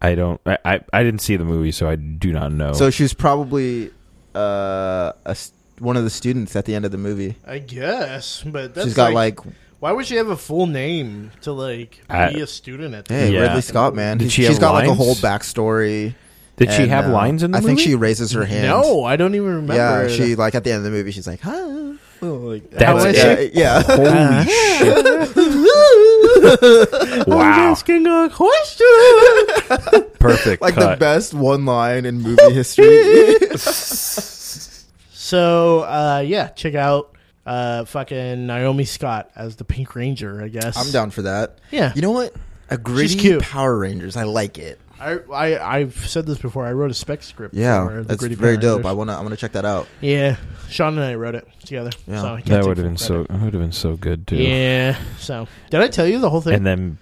I don't. I, I I didn't see the movie, so I do not know.
So she was probably uh, a s one of the students at the end of the movie.
I guess, but that's
She's got like,
why would she have a full name to like
I-
be a student at?
hey,
Yeah.
Ridley Scott, man.
Did
He's-
she
she's
have
got like a
lines?
whole backstory.
did she
and,
have
uh,
lines in the
I
movie?
think she raises her hand.
No, I don't even remember.
yeah, she like at the end of the movie, she's like, "Huh."
That's
How is
yeah,
it?
yeah.
Holy shit! Uh-huh. Wow,
a question.
perfect.
like the
cut.
best one line in movie history.
So uh, yeah, check out uh, fucking Naomi Scott as the Pink Ranger. I guess
I'm down for that.
Yeah,
You know what? A gritty
cute.
Power Rangers. I like it.
I, I I've said this before. I wrote a spec script. for
Yeah,
the
that's
Gritty
very
Power
dope. I
Rangers.
wanna, I wanna check that out.
yeah, Sean and I wrote it together.
Yeah.
so I can't
That
take
would
full
have been
credit.
so. That would have been so good too.
Yeah. So did I tell you the whole thing?
And then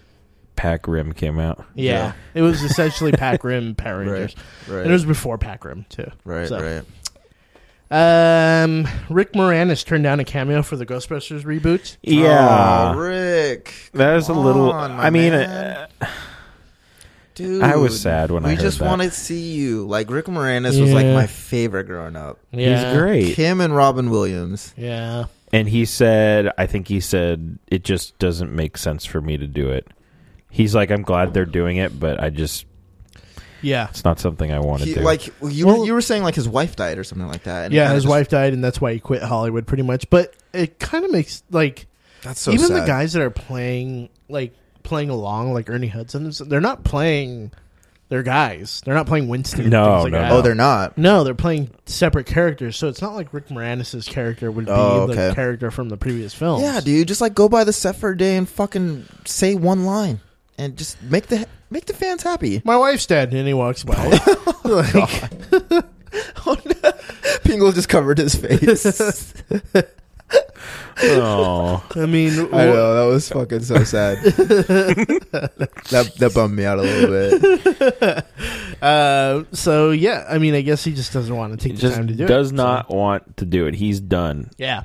Pack Rim came out.
yeah.
Yeah.
it was essentially Pack Rim Power Rangers,
Right,
and it was before Pack Rim too.
right,
so.
right.
Um, Rick Moranis turned down a cameo for the Ghostbusters reboot.
Aw, Oh,
Ah.
Rick,
that is a
come
little.
on, my
I mean,
man.
uh,
dude,
I was sad when I
we
heard
just
that.
want to see you. Like Rick Moranis was like
Yeah.
my favorite growing up.
Yeah,
he's great.
Him and Robin Williams.
Yeah,
And he said, I think he said, it just doesn't make sense for me to do it. He's like, I'm glad they're doing it, but I just,
yeah.
it's not something I want to
He,
do.
like you,
Well-
you were saying, like his wife died or something like that. and it
yeah,
kinda
his
just-
wife died, and that's why he quit Hollywood, pretty much. But it kind of makes like
That's so
even the
sad.
guys that are playing like playing along, like Ernie Hudson, and stuff, they're not playing their guys. They're not playing Winston. and
No,
things like
no,
that.
no.
Oh, they're not.
No, they're playing separate characters, so it's not like Rick Moranis's character would be
Oh,
the
okay.
character from the previous film.
Yeah, dude, just like go by the set for a day and fucking say one line and just make the make the fans happy.
My wife's dead, and he walks by. Like,
Pingle oh, just covered his face.
oh,
I mean,
I know that was fucking so sad. that that bummed me out a little bit.
Uh, so yeah, I mean, I guess he just doesn't want to
he
take the
just
time to do it.
does
so-
not want to do it. He's done.
Yeah.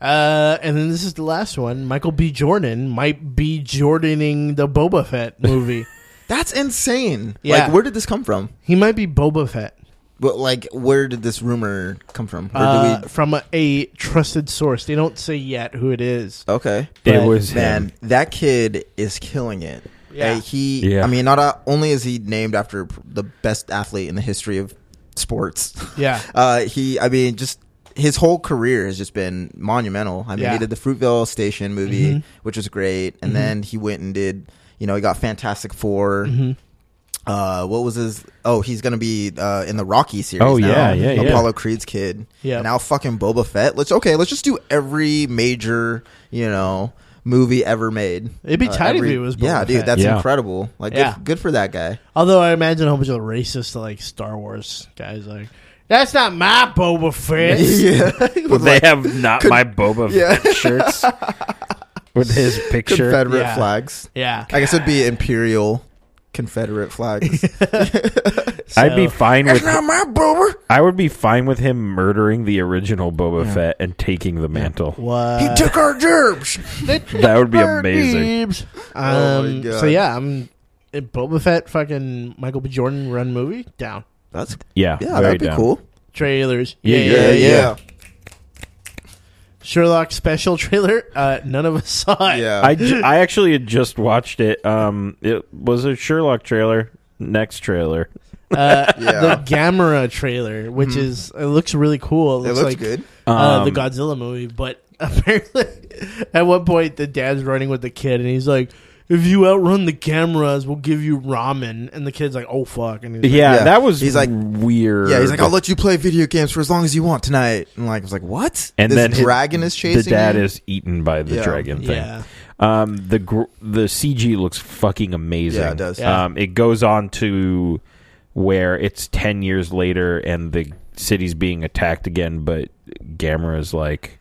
Uh, and then this is the last one. Michael B. Jordan might be Jordaning the Boba Fett movie.
That's insane.
Yeah.
Like, where did this come from?
he might be Boba Fett
But like, where did this rumor come from? Where
uh,
did
from a, a trusted source. They don't say yet who it is.
we? Okay,
It
But,
was
Uh, man.
him.
That kid is killing it.
Yeah.
Uh, he.
Yeah.
I mean, not uh, only is he named after the best athlete in the history of sports.
Yeah.
Uh, he, I mean, just his whole career has just been monumental. I mean,
Yeah.
he did the Fruitvale Station movie,
Mhm.
which was great, and then he went and did, you know, he got Fantastic 4
Mhm.
Uh, what was his? Oh, he's gonna be uh, in the Rocky series.
Oh,
now.
yeah, yeah, yeah.
Apollo Creed's kid.
Yeah.
And Now fucking Boba Fett. Let's okay. Let's just do every major, you know, movie ever made.
It'd be
Uh,
tight if
every-
it was Boba
yeah, dude.
Fett.
That's
Yeah.
incredible. Like, good-
Yeah.
good, for that guy.
Although I imagine a whole bunch of racist like Star Wars guys like that's not my Boba Fett.
yeah.
Would they have not my Boba Fett shirts with his picture?
Confederate
Yeah.
flags.
yeah.
I guess it'd be imperial Confederate flags.
I'd be
So-
fine with.
my boober.
I would be fine with him murdering the original Boba Fett and taking the mantle.
what?
took our gerbs.
That would be amazing.
Oh my
Um,
God.
so yeah, I'm eh, Boba Fett, fucking Michael B. Jordan run movie down
That's
Yeah,
yeah,
very
that'd be
down.
cool.
trailers.
Yeah,
Yay.
yeah, yeah.
Sherlock special trailer. Uh, none of us saw it.
Yeah.
I, ju- I actually had just watched it. Um, it was a Sherlock trailer. Next trailer.
Uh,
Yeah. Hmm.
The Gamera trailer, which is it looks really cool.
it looks
like
good.
uh, the
Um,
Godzilla movie, but apparently at one point the dad's running with the kid and he's like, "If you outrun the cameras, we'll give you ramen." And the kid's like, "Oh fuck!" And he's like,
Yeah,
Yeah.
that was
He's
he's
like-
like weird.
Yeah, he's like, oh, I'll let you play video games for as long as you want tonight. And like, I was like, what?
and
this
then his-
dragon is chasing.
The dad
you?
is eaten by the
Yeah.
dragon thing.
Yeah.
Um, the gr- the CG looks fucking amazing.
Yeah, it does.
Yeah.
Um, it goes on to where it's ten years later and the city's being attacked again, but Gamera's like,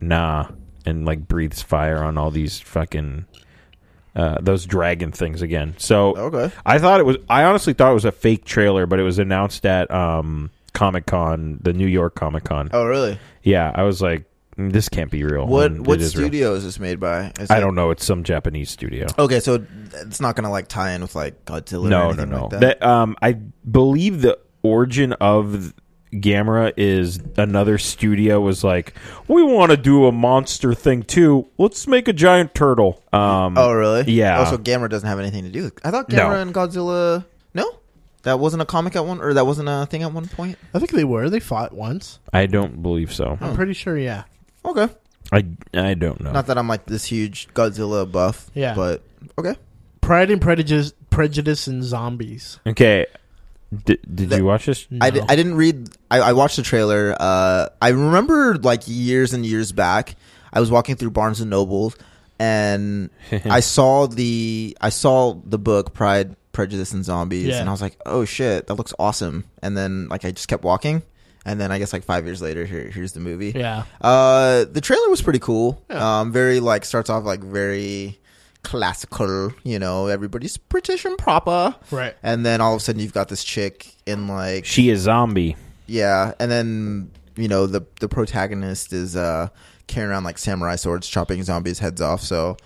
nah, and like breathes fire on all these fucking uh, those dragon things again. So
Okay.
I thought it was. I honestly thought it was a fake trailer, but it was announced at um, Comic Con, the New York Comic Con.
Oh, really?
Yeah, I was like, "Mm, this can't be real.
What
And Mm, it
what
is real.
studio is this made by? Is
I
it-
don't know. It's some Japanese studio.
Okay, so it's not gonna like tie in with like Godzilla.
Oh, no,
or
no,
anything
no.
Like that.
that? um, I believe the origin of Gamera is another studio was like, we want to do a monster thing too. Let's make a giant turtle. Um,
oh, really?
yeah.
Also, Gamera doesn't have anything to do. with I thought Gamera
No.
and Godzilla. No, that wasn't a comic at one, or that wasn't a thing at one point.
I think they were. They fought once.
I don't believe so.
I'm pretty sure. Yeah.
Okay.
I I don't know.
Not that I'm like this huge Godzilla buff.
Yeah.
But okay.
Pride and Prejudice, Prejudice and Zombies.
okay. D- did
That-
you watch this?
I I, d-
No.
I didn't read. I, I watched the trailer. Uh, I remember like years and years back, I was walking through Barnes and Noble, and I saw the I saw the book Pride, Prejudice, and Zombies,
Yeah.
and I was like, oh shit, that looks awesome. And then like I just kept walking, and then I guess like five years later, here here's the movie.
Yeah.
Uh, the trailer was pretty cool.
Yeah.
Um, very like starts off like very classical. You know, everybody's British and proper.
Right.
And then all of a sudden, you've got this chick in like
She is zombie.
yeah, and then you know the the protagonist is uh carrying around like samurai swords, chopping zombies' heads off. So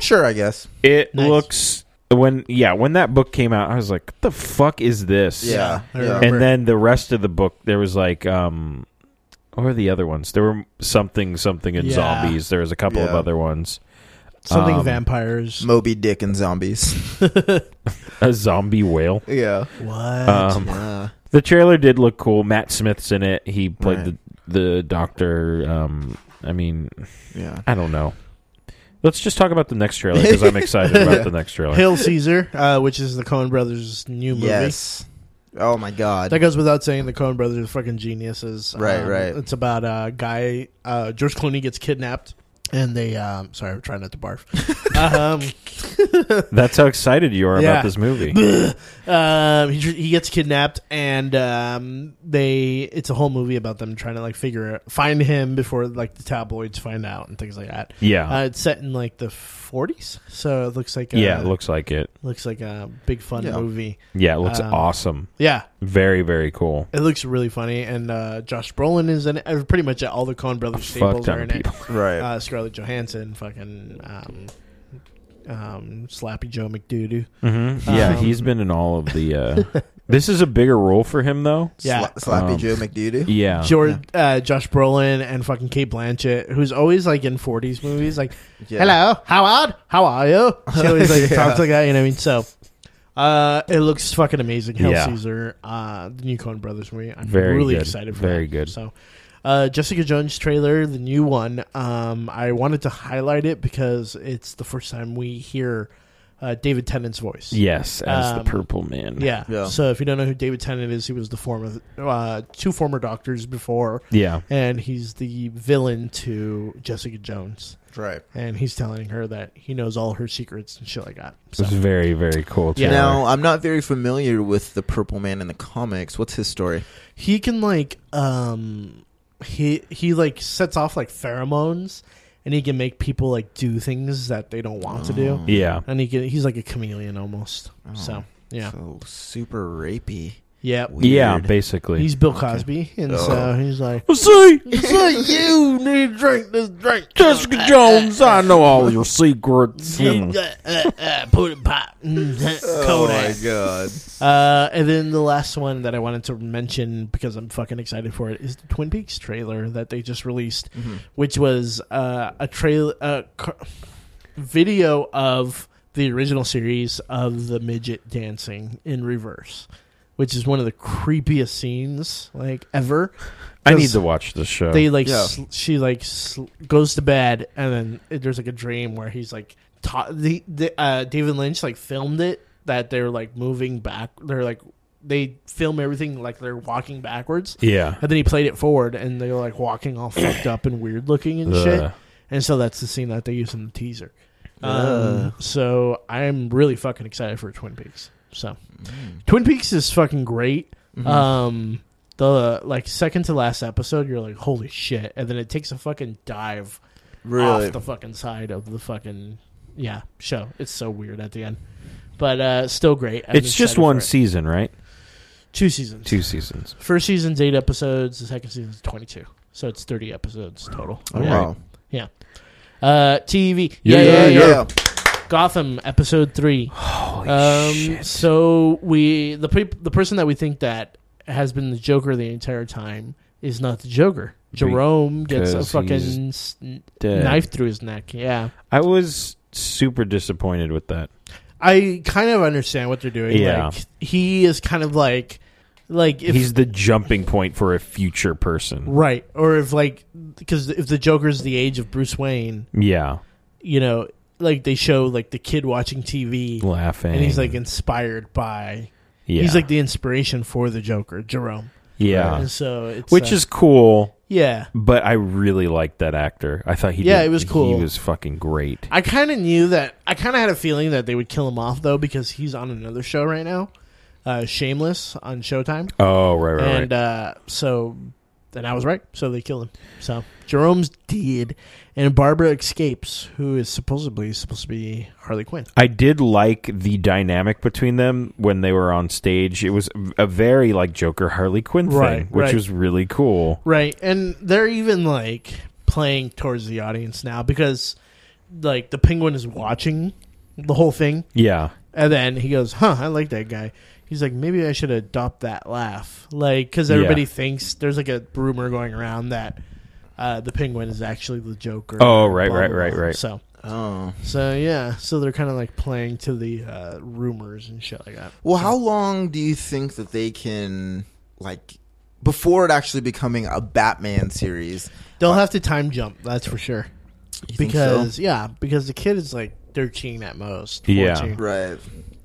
sure, I guess.
It
Nice.
looks when yeah when that book came out, I was like, "What the fuck is this?"
Yeah,
I
yeah.
remember.
And then the rest of the book, there was like, um, what were the other ones? There were something something in
Yeah.
zombies. There was a couple of
Yeah.
other ones.
Something
Um,
vampires.
Moby Dick and zombies.
A zombie whale.
yeah.
what?
Um,
Yeah.
the trailer did look cool. Matt Smith's in it. He played
Right.
the the doctor. Um, I mean,
Yeah.
I don't know. Let's just talk about the next trailer because I'm excited about the next trailer.
Hail Caesar, uh, which is the Coen Brothers' new movie.
Yes. Oh my god.
That goes without saying. The Coen Brothers are fucking geniuses.
Right,
Um,
right.
It's about a guy. Uh, George Clooney gets kidnapped, and they. Um, sorry, I'm trying not to barf. um,
That's how excited you are
Yeah.
about this movie.
um, he, he gets kidnapped, and um, they. It's a whole movie about them trying to like figure find him before like the tabloids find out and things like that.
Yeah,
Uh, it's set in like the 40s, so it looks like a,
yeah. It looks like it.
looks like a big fun
Yeah.
movie.
Yeah, it looks
Um,
awesome.
Yeah,
Very very cool.
It looks really funny, and uh, Josh Brolin is in it. Uh, Pretty much all the Coen Brothers
Fuck
staples
ton
are
of
in it.
people.
right.
Uh, Scarlett Johansson, fucking um, um, Slappy Joe McDoodoo.
Mm-hmm. Yeah,
Um,
he's been in all of the. Uh, this is a bigger role for him, though.
Yeah.
Sla- Slappy
Um,
Joe McDoodoo.
Yeah,
George, uh, Josh Brolin and fucking Kate Blanchett, who's always like in 40s movies, like,
Yeah.
hello, Howard, how are you? She always like
Yeah.
talks like that, you know what I mean? So uh, it looks fucking amazing. Hell
Yeah.
Caesar, uh, the new Coen Brothers movie. I'm
Very
really
good.
excited for
Very
that.
good.
So uh, Jessica Jones trailer, the new one, um, I wanted to highlight it because it's the first time we hear uh, David Tennant's voice.
Yes, as
Um,
the Purple Man.
Yeah.
Yeah.
So if you don't know who David Tennant is, he was the former uh, two former doctors before,
yeah.
and he's the villain to Jessica Jones,
Right.
and he's telling her that he knows all her secrets and shit like that.
It
So
was very very cool.
Yeah.
Trailer.
Now I'm not very familiar with the Purple Man in the comics. What's his story?
he can like um he he like sets off like pheromones. and he can make people like do things that they don't want to do.
Yeah.
And he can, he's like a chameleon almost. So yeah, Uh,
So super rapey.
yeah,
Yeah,
Weird.
basically.
he's Bill Cosby, and so he's like,
See,
"So you need to drink this drink,
Jessica Jones, I know all your secrets.
uh, uh, uh, pudding pop,
Oh,
Kodak."
god.
Uh, and then the last one that I wanted to mention because I'm fucking excited for it is the Twin Peaks trailer that they just released,
Mm-hmm.
which was uh, a trail a cr- video of the original series of the midget dancing in reverse, which is one of the creepiest scenes like ever.
I need to watch this show.
They like
Yeah.
sl- she like sl- goes to bed and then it- there's like a dream where he's like ta- the, the uh, David Lynch like filmed it that they're like moving back. They're like they film everything like they're walking backwards.
yeah.
And then he played it forward, and they were like walking all fucked up and weird looking and shit.
Ugh.
And so that's the scene that they use in the teaser. Um, so I'm really fucking excited for Twin Peaks. So Twin Peaks is fucking great.
Mm-hmm.
Mm-hmm.
Um, the like second to last episode, you're like, holy shit, and then it takes a fucking dive
Really?
off the fucking side of the fucking yeah show. It's so weird at the end, but uh, still great. I'm
It's
excited
just
for
one
it.
season, right?
two seasons,
Two seasons.
First season's eight episodes. The second season's twenty-two, so it's thirty episodes total.
All
yeah.
right.
wow.
Uh, TV.
Yeah, yeah,
yeah.
Gotham episode three.
Holy
um,
shit.
So we the pe- the person that we think that has been the Joker the entire time is not the Joker. Jerome gets a
Because
fucking
he's
s- n-
Dead.
knife through his neck. Yeah.
I was super disappointed with that.
I kind of understand what they're doing.
Yeah.
Like, he is kind of like, like if
He's the jumping point for a future person.
right, or if like, because if the Joker's the age of Bruce Wayne,
Yeah,
you know, like they show like the kid watching TV
laughing.
and he's like inspired by
yeah.
he's like the inspiration for the Joker, Jerome.
yeah,
And so it's
which
uh,
is cool.
yeah.
But I really liked that actor. I thought he
Yeah,
did-
it was cool.
He was fucking great.
I kind of knew that. I kind of had a feeling that they would kill him off though because he's on another show right now, uh, Shameless on Showtime,
oh right, right,
and
right.
uh, so and I was right. So they kill him. So Jerome's dead, and Barbara escapes, who is supposedly supposed to be Harley Quinn.
I did like the dynamic between them when they were on stage. It was a very like Joker Harley Quinn thing,
Right,
which
right.
was really cool.
Right. And they're even like playing towards the audience now because like the penguin is watching the whole thing
Yeah,
and then he goes, "Huh, I like that guy." He's like, "Maybe I should adopt that laugh." Like cuz everybody
Yeah.
thinks there's like a rumor going around that uh, the penguin is actually the Joker.
Oh, right, right, right, right.
So,
Oh.
so yeah, so they're kind of like playing to the uh, rumors and shit like that.
Well, how long do you think that they can like before it actually becoming a Batman series?
They'll have to time jump, that's for sure.
You think so?
because yeah, because the kid is like thirteen at most. 14.
Yeah.
right.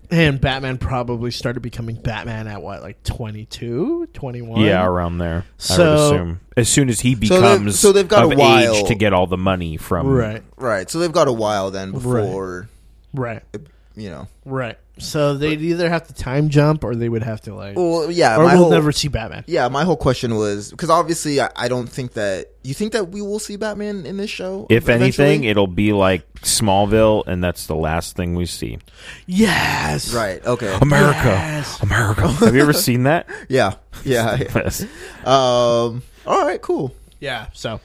and Batman probably started becoming Batman at what, like 22, 21?
yeah, around there. I would
So-
assume as soon as he
they've-
becomes
so they've got
of
a while.
age to get all the money from
right,
Right. So they've got a while then before
right,
you know.
right. So they'd either have to time jump, or they would have to like,
Well, yeah.
or
my
we'll
whole-
never see Batman.
Yeah, my whole question was because obviously I, I don't think that you think that we will see Batman in this show.
If anything,
eventually?
it'll be like Smallville, and that's the last thing we see.
Yes,
right? Okay.
America,
Yes.
America. Have you ever seen that?
Yeah. Yeah.
Yes.
um. All right. Cool.
Yeah. So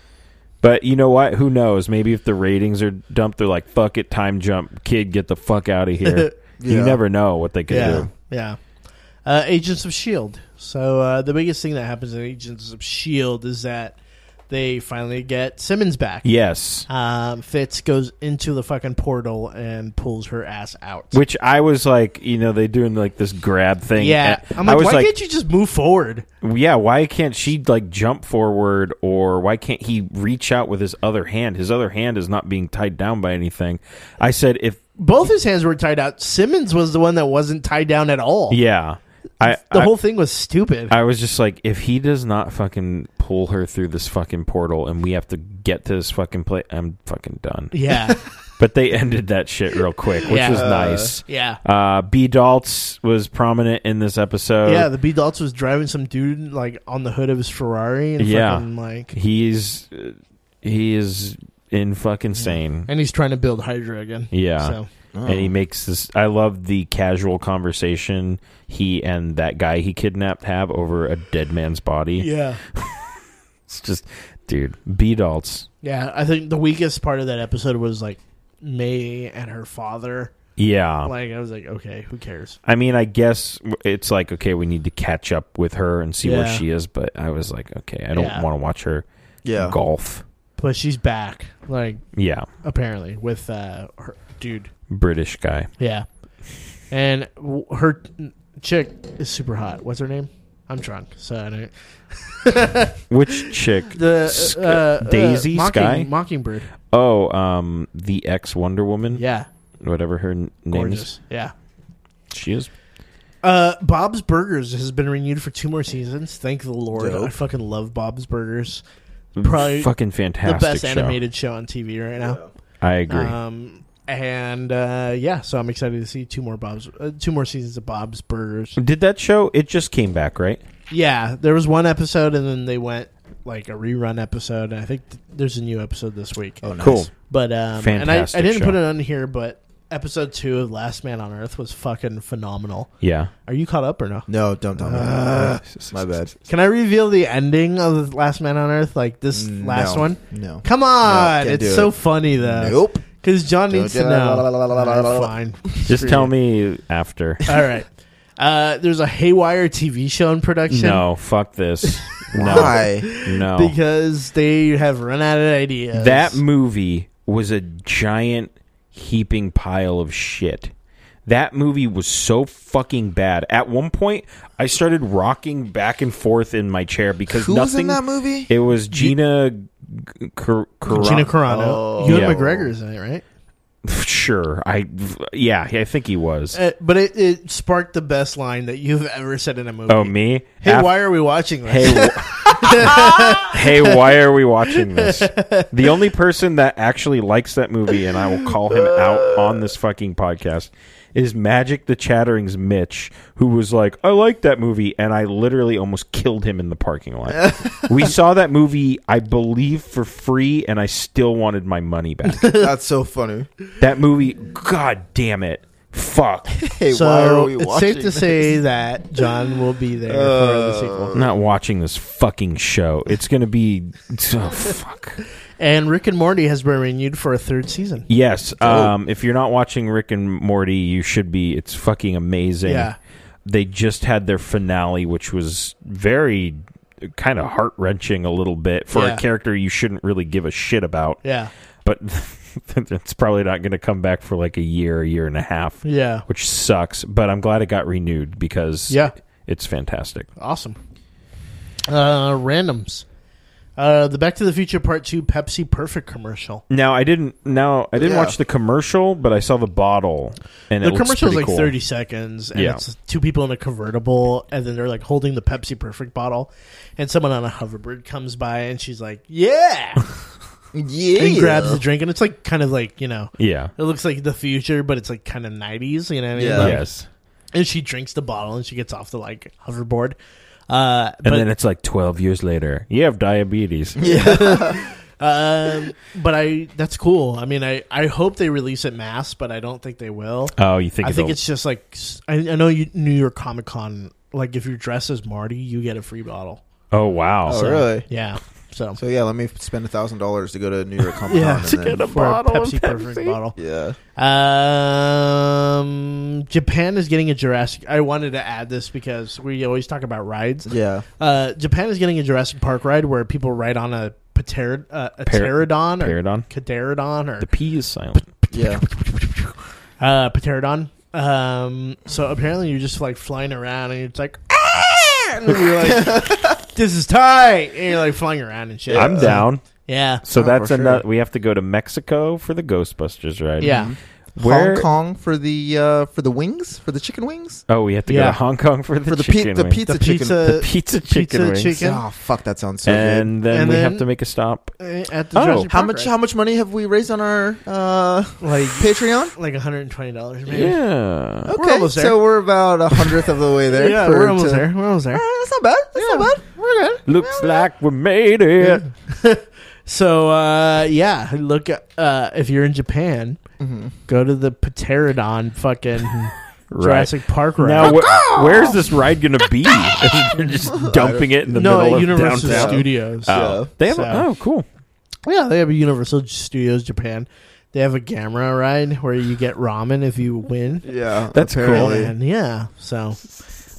But you know what? Who knows? Maybe if the ratings are dumped, they're like, "Fuck it, time jump, kid, get the fuck out of here." You
Yeah.
never know what they could
yeah,
do.
yeah. Uh, Agents of Shield. So uh, the biggest thing that happens in Agents of Shield E is that they finally get Simmons back.
Yes,
Um, Fitz goes into the fucking portal and pulls her ass out.
which I was like, you know, they doing like this grab thing.
Yeah,
And
I'm
I
like,
was
why
like,
can't you just move forward?
yeah, why can't she like jump forward, or why can't he reach out with his other hand? His other hand is not being tied down by anything. I said, if
Both his hands were tied out. Simmons was the one that wasn't tied down at all.
yeah, I
the
I-
whole thing was stupid.
I was just like, if he does not fucking pull her through this fucking portal and we have to get to this fucking place, I'm fucking done.
yeah,
But they ended that shit real quick, which
Yeah.
was nice.
yeah,
Uh, B. Daltz was prominent in this episode.
yeah. The B Daltz was driving some dude like on the hood of his Ferrari and
Yeah.
fucking like
he's uh, he is in fucking sane.
and he's trying to build Hydra again.
Yeah.
So
And he makes this. I love the casual conversation he and that guy he kidnapped have over a dead man's body.
yeah,
It's just, dude, be adults.
yeah. I think the weakest part of that episode was like May and her father.
Yeah.
Like I was like, okay, who cares?
I mean, I guess it's like, okay, we need to catch up with her and see where
Yeah.
she is, but I was like, okay, I don't
Yeah.
want to watch her
yeah.
golf.
But she's back. Like
Yeah.
apparently with uh, her dude.
British guy.
Yeah, and w- her chick is super hot. What's her name? I'm drunk, so I don't.
Which chick?
The
Sk-
uh, uh,
Daisy
mocking,
Sky?
Mockingbird.
Oh, um, the ex Wonder Woman,
Yeah,
whatever her n- name is.
gorgeous. Yeah.
She is.
Uh, Bob's Burgers has been renewed for two more seasons. Thank the Lord.
Dope.
I fucking love Bob's Burgers. Probably
fucking
The
fantastic.
best
show.
animated show on TV right now.
I agree.
Um, and uh, yeah, so I'm excited to see two more Bob's, uh, two more seasons of Bob's Burgers.
Did that show? It just came back, right?
Yeah, there was one episode, and then they went like a rerun episode. And I think th- there's a new episode this week.
Oh, nice.
Cool.
But um, and I, I
Fantastic
didn't
show.
put it on here, but episode two of Last Man on Earth was fucking phenomenal.
Yeah.
Are you caught up or no?
No, don't tell me.
Uh,
My bad.
Can I reveal the ending of Last Man on Earth? Like this last
Mm, No.
one? Uh,
No.
Come on,
can't do
it's so
it.
funny though.
Nope.
Because John needs to
Don't do-
know. Alright, Fine.
Just tell me after.
All right. Uh, there's a Haywire TV show in production.
No, fuck this. No,
Why?
no.
Because they have run out of ideas.
That movie was a giant heaping pile of shit. That movie was so fucking bad. At one point, I started rocking back and forth in my chair because
Who was
nothing.
in that movie?
It was Gina. G- Car-
Gina
Carano-
Carano.
Oh.
Ewan
Yeah.
McGregor's in it, right?
Sure, I. Yeah, I think he was.
Uh, but it, it sparked the best line that you've ever said in a movie.
Oh me.
Hey,
Af-
why are we watching this?
Hey, wh- hey, why are we watching this? The only person that actually likes that movie, and I will call him out on this fucking podcast, is Magic the Chattering's Mitch, who was like, I like that movie, and I literally almost killed him in the parking lot. we saw that movie, I believe, for free, and I still wanted my money back.
That's so funny.
that movie, god damn it. Fuck.
Hey,
so
why are we
it's
watching Uh,
safe to say that John will be there for the sequel.
I'm not watching this fucking show. It's going to be. Oh, fuck.
And Rick and Morty has been renewed for a third season.
Yes. Um, if you're not watching Rick and Morty, you should be. It's fucking amazing.
Yeah.
They just had their finale, which was very kind of heart wrenching a little bit for
Yeah.
a character you shouldn't really give a shit about.
Yeah.
But it's probably not going to come back for like a year, a year and a half,
Yeah.
which sucks. But I'm glad it got renewed because
Yeah.
it's fantastic.
Awesome. Uh, randoms. Uh, the Back to the Future Part Two Pepsi Perfect commercial.
Now I didn't. Now I didn't
Yeah.
watch the commercial, but I saw the bottle, and
The
it looks
commercial is
pretty
like
cool.
thirty seconds, and
Yeah.
it's two people in a convertible, and then they're like holding the Pepsi Perfect bottle, and someone on a hoverboard comes by, and she's like, "Yeah,"
Yeah.
and grabs the drink, and it's like kind of like you know,
Yeah.
it looks like the future, but it's like kind of nineties, you know? What I mean?
Yeah.
Like,
Yes.
And she drinks the bottle, and she gets off the like hoverboard. Uh,
And
but
then it's like 12 years later. You have diabetes.
Um, but I that's cool. I mean, I I hope they release it mass, but I don't think they will.
Oh, you think,
I think
it'll-
it's just like s- I, I know you New York Comic Con. Like if you're dressed as Marty, you get a free bottle.
Oh, wow.
Oh, really?
Yeah. So
So yeah, let me spend a thousand dollars to go to New York Comic Con.
yeah,
and
for
then-
a Pepsi perfect bottle.
yeah.
Um, Japan is getting a Jurassic. I wanted to add this because we always talk about rides.
Yeah.
Uh, Japan is getting a Jurassic Park ride where people ride on a pterod- uh, a
Par-
pterodon or
Pterodon.
pterodon or
The P is silent.
Yeah.
uh, Pterodon. Um, so apparently you're just like flying around and it's like, ah! and you're like, this is tight. And you're like flying around and shit.
I'm down.
Yeah.
So
Oh,
that's
for sure.
another. We have to go to Mexico for the Ghostbusters ride.
Yeah.
Where?
Hong Kong for the uh, for the wings for the chicken wings
Oh, we have to go
Yeah.
to Hong Kong for the,
for the
chicken
pi- the
wing.
pizza
The
chicken.
pizza-
The pizza chicken
pizza
wings.
chicken.
Oh fuck, that sounds so good.
And then
And
we
then-
have to make a stop.
Uh, At the
Oh.
Jurassic
How
Park
much
ride.
how much money have we raised on our uh,
Like,
Patreon?
like $120 maybe.
Yeah.
Okay,
almost there.
so we're about a hundredth of the way there.
Yeah,
for-
we're almost
to- Uh,
there. We're almost there.
All right, that's not bad. That's not bad. We're good.
Looks like we made it.
So uh, yeah, look uh, if you're in Japan,
Mm-hmm.
go to the Pterodon fucking Jurassic Park ride.
Now, wh- where's this ride going to be? They're just dumping it in the
no,
middle
at
of
Universal
downtown.
Studios.
Oh,
Yeah.
they have
So-
a, oh, cool.
Yeah, they have a Universal Studios Japan. They have a Gamera ride where you get ramen if you win.
Yeah,
That's cool.
apparently.
And yeah, so.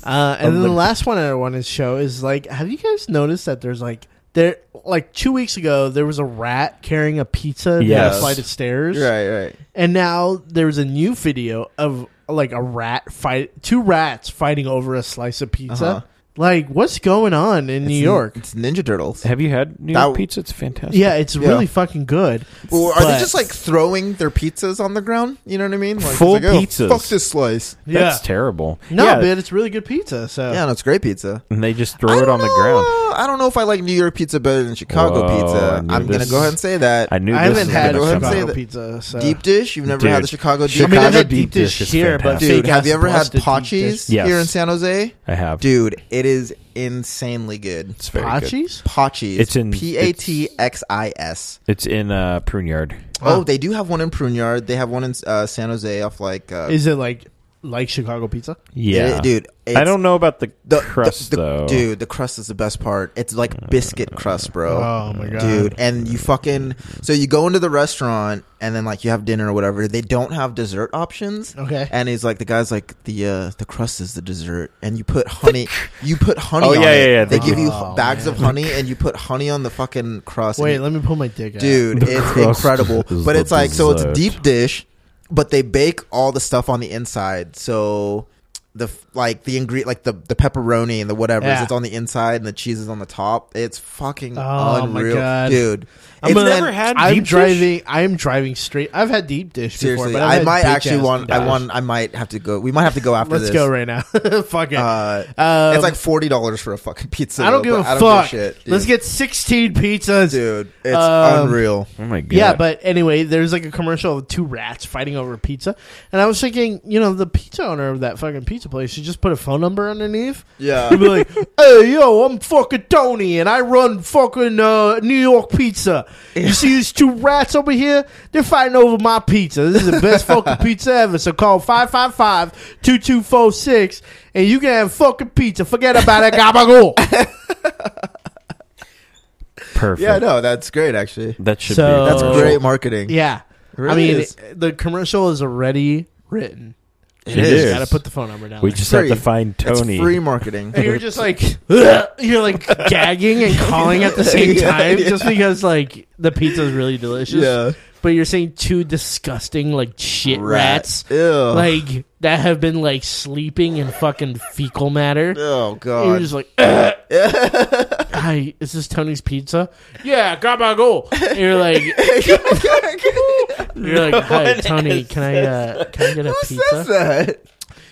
Uh, and then the last one I wanted to show is like, have you guys noticed that there's like there like two weeks ago there was a rat carrying a pizza down a
Yes.
flight of stairs,
Right, right.
and now there's a new video of like a rat fight two rats fighting over a slice of pizza.
Uh-huh.
Like, what's going on in New
It's-
York?
It's Ninja Turtles.
Have you had New York
That-
pizza? It's fantastic.
yeah, it's
Yeah.
really fucking good.
Or are
But-
they just like throwing their pizzas on the ground? You know what I mean? Like, it's
Full
like, oh,
pizzas.
Fuck this slice.
yeah.
That's terrible.
No,
yeah,
but it's really good pizza. So
Yeah, no, it's great pizza.
and they just throw
I
it
don't
on the
know,
ground.
uh, I don't know if I like New York pizza better than Chicago
Whoa, I
pizza.
knew
I'm gonna
this.
go ahead and say that.
I knew
I haven't
this was
had
gonna
go ahead and
come
say
up.
Chicago
that-
pizza. So.
deep dish. You've never had
Dude.
the Chicago deep.
I mean, I've
Chicago
had
deep
deep dish,
dish is
here, but
fantastic.
Dude,
Fake
have you
House
ever had
Busted deep dish.
Pachi's
Yes.
here in San Jose?
I have.
Dude, it is insanely good.
it's very good.
Pachi's?
Pachi's.
It's in-
P A T X I S.
It's in uh, Prune Yard.
Oh, they do have one in Prune Yard. They have one in uh, San Jose off like. Uh,
Is it like like Chicago pizza?
Yeah,
it- dude.
I
it's-
don't know about the,
the- the-
crust
the-
though.
Dude, the crust is the best part. It's like biscuit crust, bro.
Oh my god,
dude. And you fucking so you go into the restaurant and then like you have dinner or whatever. They don't have dessert options.
Okay.
And he's like the guy's like the uh, the crust is the dessert, and you put honey. you put honey.
Oh,
on
yeah,
it.
yeah, yeah.
They
The-
give you
Oh,
bags
man.
of honey, and you put honey on the fucking crust. and
Wait,
you-
let me pull my dick out.
dude,
The
it's
crust
incredible.
is
But
the
it's like so
dessert.
it's deep dish, but they bake all the stuff on the inside. So the f- like the ingredient like the the pepperoni and the whatever
Yeah.
it's on the inside and the cheese is on the top. It's fucking
Oh, my
unreal,
God.
dude.
I'm
It's
gonna-
and-
had
I'm
deep dish?
driving. I'm driving straight. I've had deep dish
Seriously,
before, but I've
I
had
might
big
actually
ass
want.
deep dish.
I want. I might have to go. We might have to go after
Let's
this.
go right now. Fuck it.
Uh,
Um,
it's like forty dollars for a fucking pizza.
I don't
though,
give a
but I don't
fuck.
Give a shit, dude.
Let's get 16 pizzas.
dude. It's
Um,
unreal.
Oh my god.
Yeah, but anyway, there's like a commercial of two rats fighting over pizza, and I was thinking, you know, the pizza owner of that fucking pizza place should just put a phone number underneath.
Yeah.
He'd be like, "Hey, yo, I'm fucking Tony, and I run fucking uh, New York Pizza. You see these two rats over here? They're fighting over my pizza. This is the best fucking pizza ever. So call 555-2246, and you can have fucking pizza. Forget about it, gabagool.
perfect.
Yeah, no, that's great. Actually,
That should
So-
be.
that's
Oh.
great marketing.
yeah,
It really
I mean,
is.
the commercial is already written.
It
You
is.
just gotta put the phone number down.
We
there.
just
free.
have to find Tony.
It's free marketing.
And you're just like "Ugh," you're like gagging and calling at the same
Yeah,
time
yeah.
just because like the pizza is really delicious. But you're saying two disgusting like shit rats
Ew.
like that have been like sleeping in fucking fecal matter.
oh
And You're
god.
just like, "Ugh." hi, is this Tony's pizza? Yeah, gabagool. And You're like, you're like, hi, Tony, can I uh, can I get a pizza?
Who says that?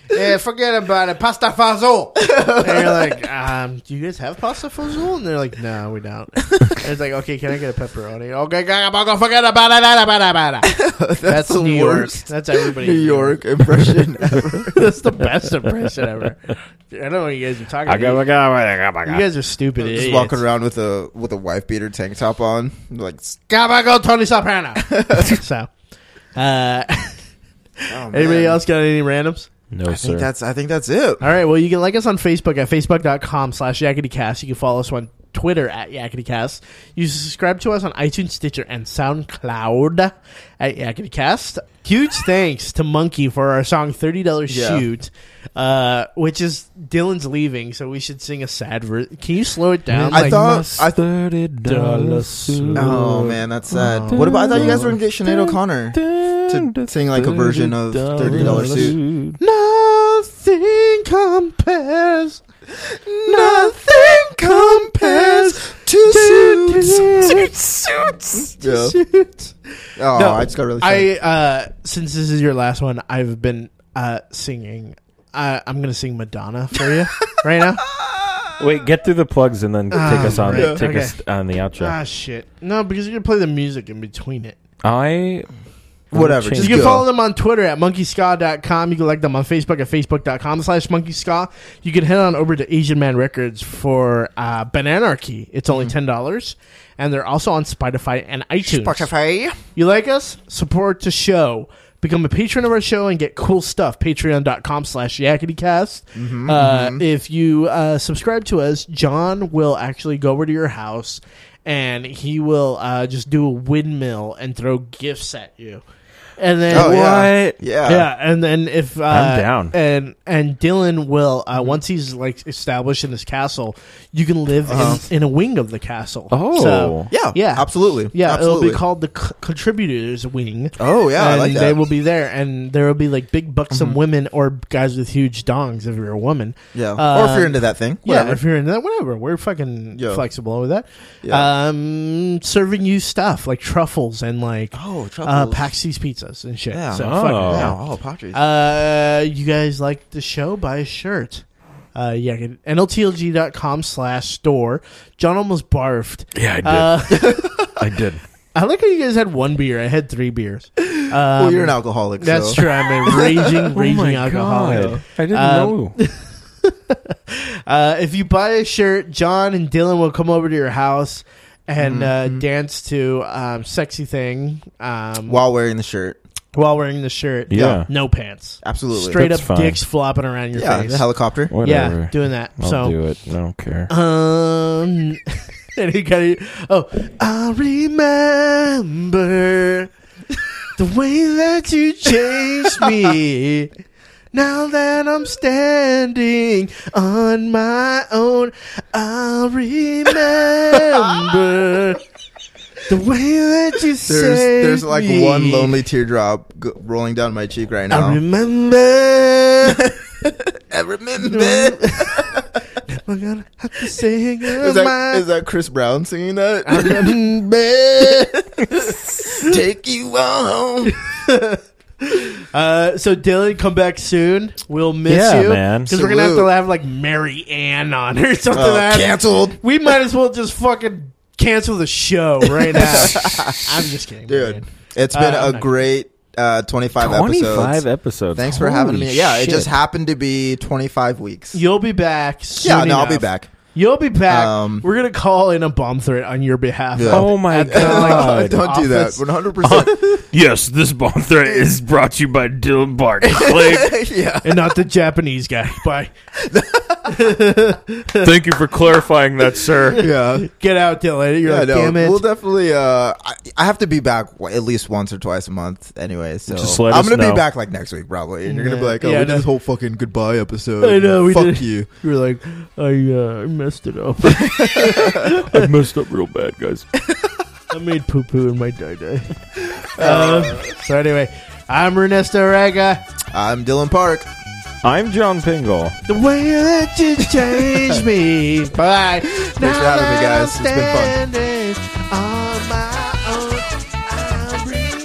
Yeah, forget about it. Pasta fazool. and you're like, um, do you guys have pasta fazool? And they're like, no, we don't. and it's like, okay, can I get a pepperoni? Okay, ga- ga- ga- forget about it. da- da- da- da- da- da."
That's,
That's
the
New York.
worst
That's everybody.
New
in
York impression ever.
That's the best impression ever. I don't know what you guys are talking
I got
about.
my god. I got my
You
god.
guys are stupid.
just
idiots.
walking around with a with a wife beater tank top on, like s-
Gotta go, Tony Soprano. so, uh,
oh,
anybody
man.
else Oh got any randoms?
No
I think
sir.
that's I think that's it.
All right. Well, you can like us on Facebook at facebook.com slash yakitycast. You can follow us on Twitter at yakitycast. You can subscribe to us on iTunes, Stitcher, and SoundCloud at yakitycast. Huge thanks to Monkey for our song $30
Yeah.
Shoot, uh, which is Dylan's leaving, so we should sing a sad verse. Can you slow it down?
I
Like,
thought oh, I th-
thirty dollars.
Oh man, that's sad.
Oh.
What about I thought you guys were gonna get Sinead O'Connor. to sing, like, a version of $30 suit.
Nothing compares.
Nothing compares to
suits.
suits.
to
Yeah.
suits.
Oh,
No,
I just got really. sad.
I uh, since this is your last one, I've been uh, singing. Uh, I'm gonna sing Madonna for you right now.
Wait, get through the plugs and then
Ah,
take us on.
right.
Take
Okay.
us on the outro.
Ah, shit. No, because you're gonna play the music in between it.
I
Whatever.
change-
Just
you can
go.
follow them on Twitter at monkeysca.com. You can like them on Facebook at facebook.com slash monkeysca. You can head on over to Asian Man Records for uh, Bananarchy. It's only $10. And they're also on Spotify and iTunes.
Spotify.
You like us? Support the show. Become a patron of our show and get cool stuff. Patreon.com slash YakityCast.
Mm-hmm,
uh, If you uh, subscribe to us, John will actually go over to your house and he will uh, just do a windmill and throw gifts at you. And then
Oh yeah.
What?
Yeah.
yeah, and then if uh,
I'm down.
and and Dylan will uh, once he's like established in this castle, you can live in, in a wing of the castle.
Oh.
So,
Uh-huh. Yeah.
Yeah.
Absolutely.
yeah,
Absolutely.
it'll be called the c- contributors wing.
Oh yeah,
and
I like that. Mm-hmm.
they will be there, and there will be like big buxom women or guys with huge dongs if you're a woman.
yeah. or if you're
Um,
into that thing.
Yeah,
Whatever.
if you're into that, whatever. We're fucking
Yeah.
flexible with that.
Yeah.
Um, serving you stuff like truffles and like
oh, trouble.
uh, Paxi's pizzas and shit.
Yeah.
So
Oh.
fuck
Oh.
yeah.
Yeah. Oh, Padres.
Uh, you guys like the show? Buy a shirt. Uh, yeah, get- nltlg.com slash store. John almost barfed.
Yeah, I did.
Uh,
I did.
I like how you guys had one beer. I had three beers. Um,
well, you're an alcoholic.
That's
so.
true. I'm a
Oh
raging, raging alcoholic.
I didn't
Um,
know.
Uh, if you buy a shirt, John and Dylan will come over to your house and
Mm-hmm.
uh, dance to um, "Sexy Thing" um,
While wearing the shirt.
while wearing the shirt.
Yeah.
no pants,
Absolutely.
straight
That's
up
fine.
dicks flopping around your
Yeah.
face.
The helicopter.
Whatever.
Yeah, doing that.
I'll
so
do it. I don't care.
Um, and he kind of oh, I remember the way that you changed me. Now that I'm standing on my own, I'll remember the way that you
There's
saved
there's like
me.
one lonely teardrop g- rolling down my cheek right now.
I remember.
I remember.
We're gonna have to sing
Is
my
that, is that Chris Brown singing that? Take you home.
Uh, so Dylan, come back soon. We'll miss
Yeah,
you,
man.
Because we're gonna have to
Salute.
have like Mary Ann on or something.
Oh,
like that.
canceled.
We might as well just fucking cancel the show right now. I'm just kidding,
Dude,
man.
it's been
Uh, I'm
a
not-
great uh, 25, episodes.
25 episodes.
Thanks for
Holy
having me. Yeah, it
shit.
just happened to be 25 weeks.
You'll be back. Soon
yeah, no, I'll be
enough.
back.
You'll be back.
Um,
we're gonna call in a bomb threat on your behalf.
Yeah.
Oh my
At the, like,
god.
Don't do that.
office.
100%.
yes, this bomb threat is brought to you by Dylan Barton.
yeah.
and not the Japanese guy. Bye.
Thank you for clarifying that, sir.
Yeah.
Get out, Dylan. You're
Yeah,
like,
no,
damn it.
we'll definitely. Uh, I, I have to be back w- at least once or twice a month, anyway. So
Just let
I'm
us
gonna
know.
be back like next week probably, and you're gonna be
Yeah.
like, "Oh,
Yeah, no.
we did this whole fucking goodbye episode."
I know, we
Fuck
did.
you.
You're like, I uh, messed it up.
I messed up real bad, guys.
I made poo poo in my day day.
Uh,
um, so anyway, I'm Ernesto Rega.
I'm Dylan Park.
I'm John Pingle.
The way that you changed me. Bye. Thanks
for having me, guys. It's been fun.
On my own, I remember.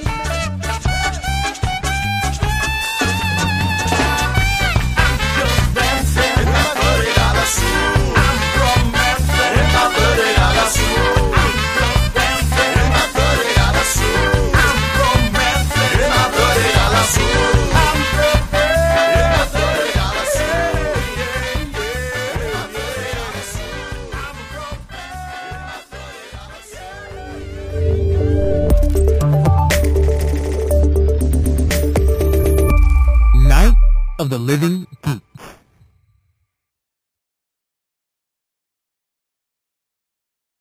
Night of the Living Geek.